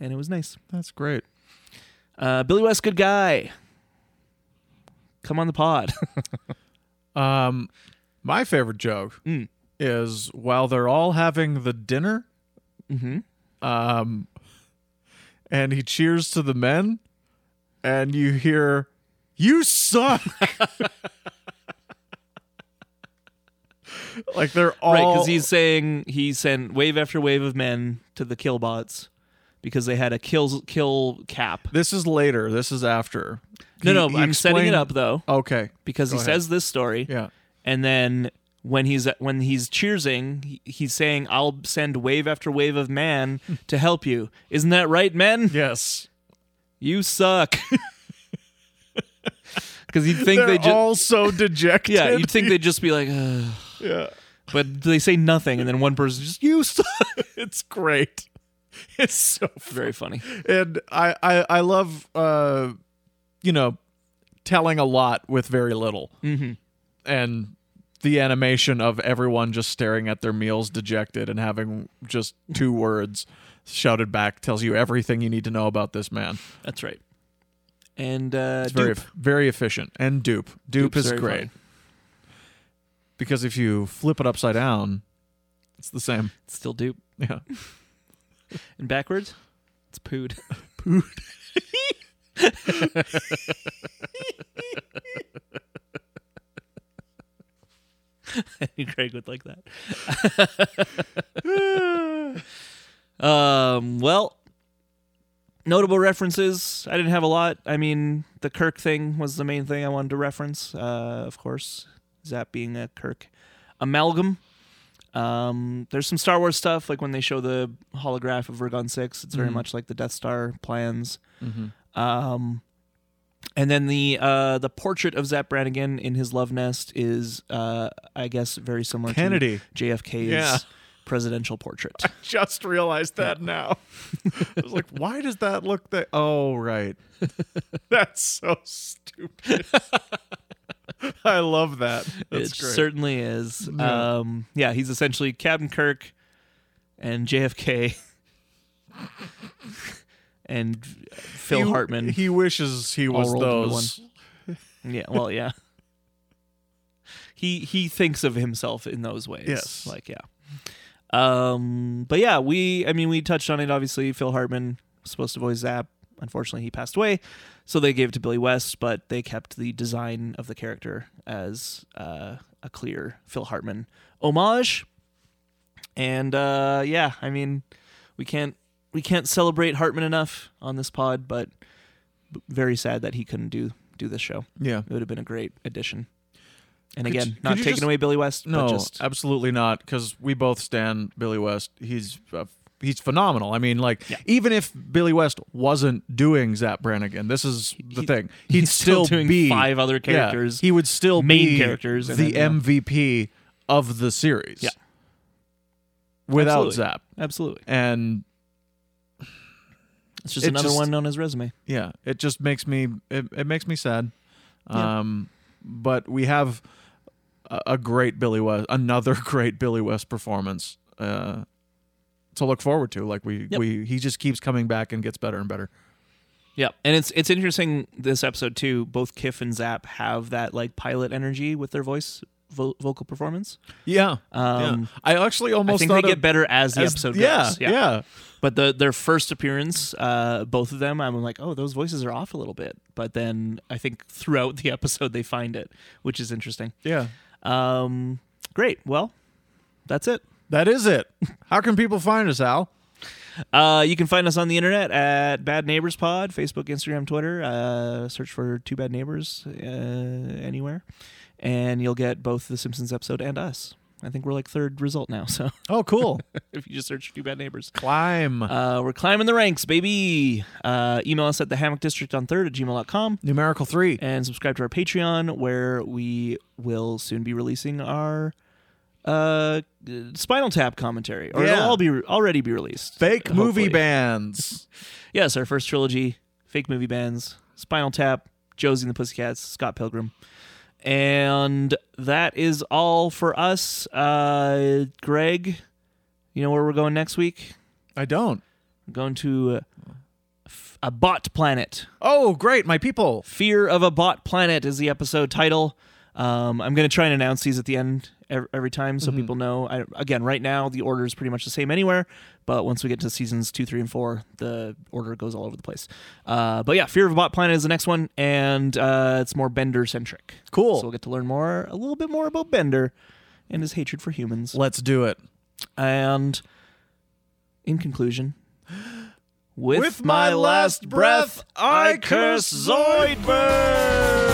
and it was nice. That's great. Uh, Billy West, good guy. Come on the pod. Um, my favorite joke Mm. is while they're all having the dinner, mm-hmm. um, and he cheers to the men, and you hear, "You suck." like they're all Right, because he's saying he sent wave after wave of men to the kill bots because they had a kill kill cap. This is later. This is after. No, He- no, he I'm setting it explained- up though Okay. because he Go ahead. says this story, Yeah. and then when he's when he's cheersing, he, he's saying, "I'll send wave after wave of man to help you." Isn't that right, men? Yes. You suck. Because you'd think They're they just all so dejected. yeah, you'd think they'd just be like, Ugh. yeah. but they say nothing, and then one person just you suck. It's great. It's so Very funny. and I I, I love uh, you know telling a lot with very little, Mm-hmm. and the animation of everyone just staring at their meals dejected and having just two words shouted back tells you everything you need to know about this man. That's right. And uh, It's very Dupe. very efficient and dupe. Dupe Dupe's is very great funny. because if you flip it upside down, it's the same. It's still dupe. Yeah. And backwards, it's pood. pood. Craig would like that. um, well, notable references. I didn't have a lot. I mean, the Kirk thing was the main thing I wanted to reference. Uh, of course, Zap being a Kirk amalgam. Um, there's some Star Wars stuff, like when they show the holograph of Vergon Six. It's very Mm. much like the Death Star plans. Um, and then the uh, the portrait of Zap Brannigan in his love nest is, uh, I guess, very similar Kennedy. to JFK's Yeah. presidential portrait. just realized that now. I was like, why does that look that? Oh, right. That's so stupid. I love that. That's it great. certainly is. Yeah. Um, yeah, he's essentially Captain Kirk and JFK. and Phil He- Hartman. He wishes he was rolled into those. yeah, well, yeah. He he thinks of himself in those ways. Yes. like yeah. Um, but yeah, we I mean we touched on it. Obviously, Phil Hartman was supposed to voice Zap. Unfortunately, he passed away, so they gave it to Billy West. But they kept the design of the character as uh, a clear Phil Hartman homage. And uh, yeah, I mean, we can't we can't celebrate Hartman enough on this pod, but b- very sad that he couldn't do do this show. Yeah. It would have been a great addition. And Could again, you- could not you taking just- away Billy West, No, but just absolutely not. Because we both stand Billy West. He's uh, he's phenomenal. I mean, like even if Billy West wasn't doing Zap Brannigan, this is the He- thing. He'd still, doing be five other yeah, characters. he would still main be characters, the and then, yeah. MVP of the series. Yeah. Without Absolutely. Zap, absolutely. and It's just It another just- one on his resume. yeah it just makes me it, it makes me sad Yeah. um but we have a, a great billy west another great billy west performance uh to look forward to like we Yep. we he just keeps coming back and gets better and better Yeah, and it's it's interesting this episode too. Both Kiff and Zap have that like pilot energy with their voice vo- vocal performance. yeah Um, i actually I almost think they thought get of- better as the as- episode yeah, goes. yeah But the their first appearance, uh, both of them, I'm like, oh, those voices are off a little bit. But then I think throughout the episode they find it, which is interesting. yeah Um, great. Well, that's it. that is it how can people find us al Uh, you can find us on the internet at Bad Neighbors Pod, Facebook, Instagram, Twitter. Uh, search for Two Bad Neighbors uh, anywhere, and you'll get both the Simpsons episode and us. I think we're like third result now. So oh cool if you just search Two Bad Neighbors, climb uh, we're climbing the ranks, baby. Uh, email us at the Hammock District on third at gmail.com numerical three and subscribe to our Patreon, where we will soon be releasing our uh, Spinal Tap commentary, or Yeah. it'll all be already be released. fake movie hopefully. bands Yes, our first trilogy, fake movie bands, Spinal Tap, Josie and the Pussycats, Scott Pilgrim. And that is all for us. Uh, Greg, you know where we're going next week? i don't We're going to uh, f- a bot planet. oh great my people Fear of a Bot Planet is the episode title. Um, I'm going to try and announce these at the end ev- every time so people know. I, again, right now, the order is pretty much the same anywhere, but once we get to seasons two, three, and four, the order goes all over the place. Uh, but yeah, Fear of a Bot Planet is the next one, and uh, it's more Bender centric. Cool. So we'll get to learn more, a little bit more about Bender and his hatred for humans. let's do it And in conclusion, with, With my last breath, I curse Zoidberg!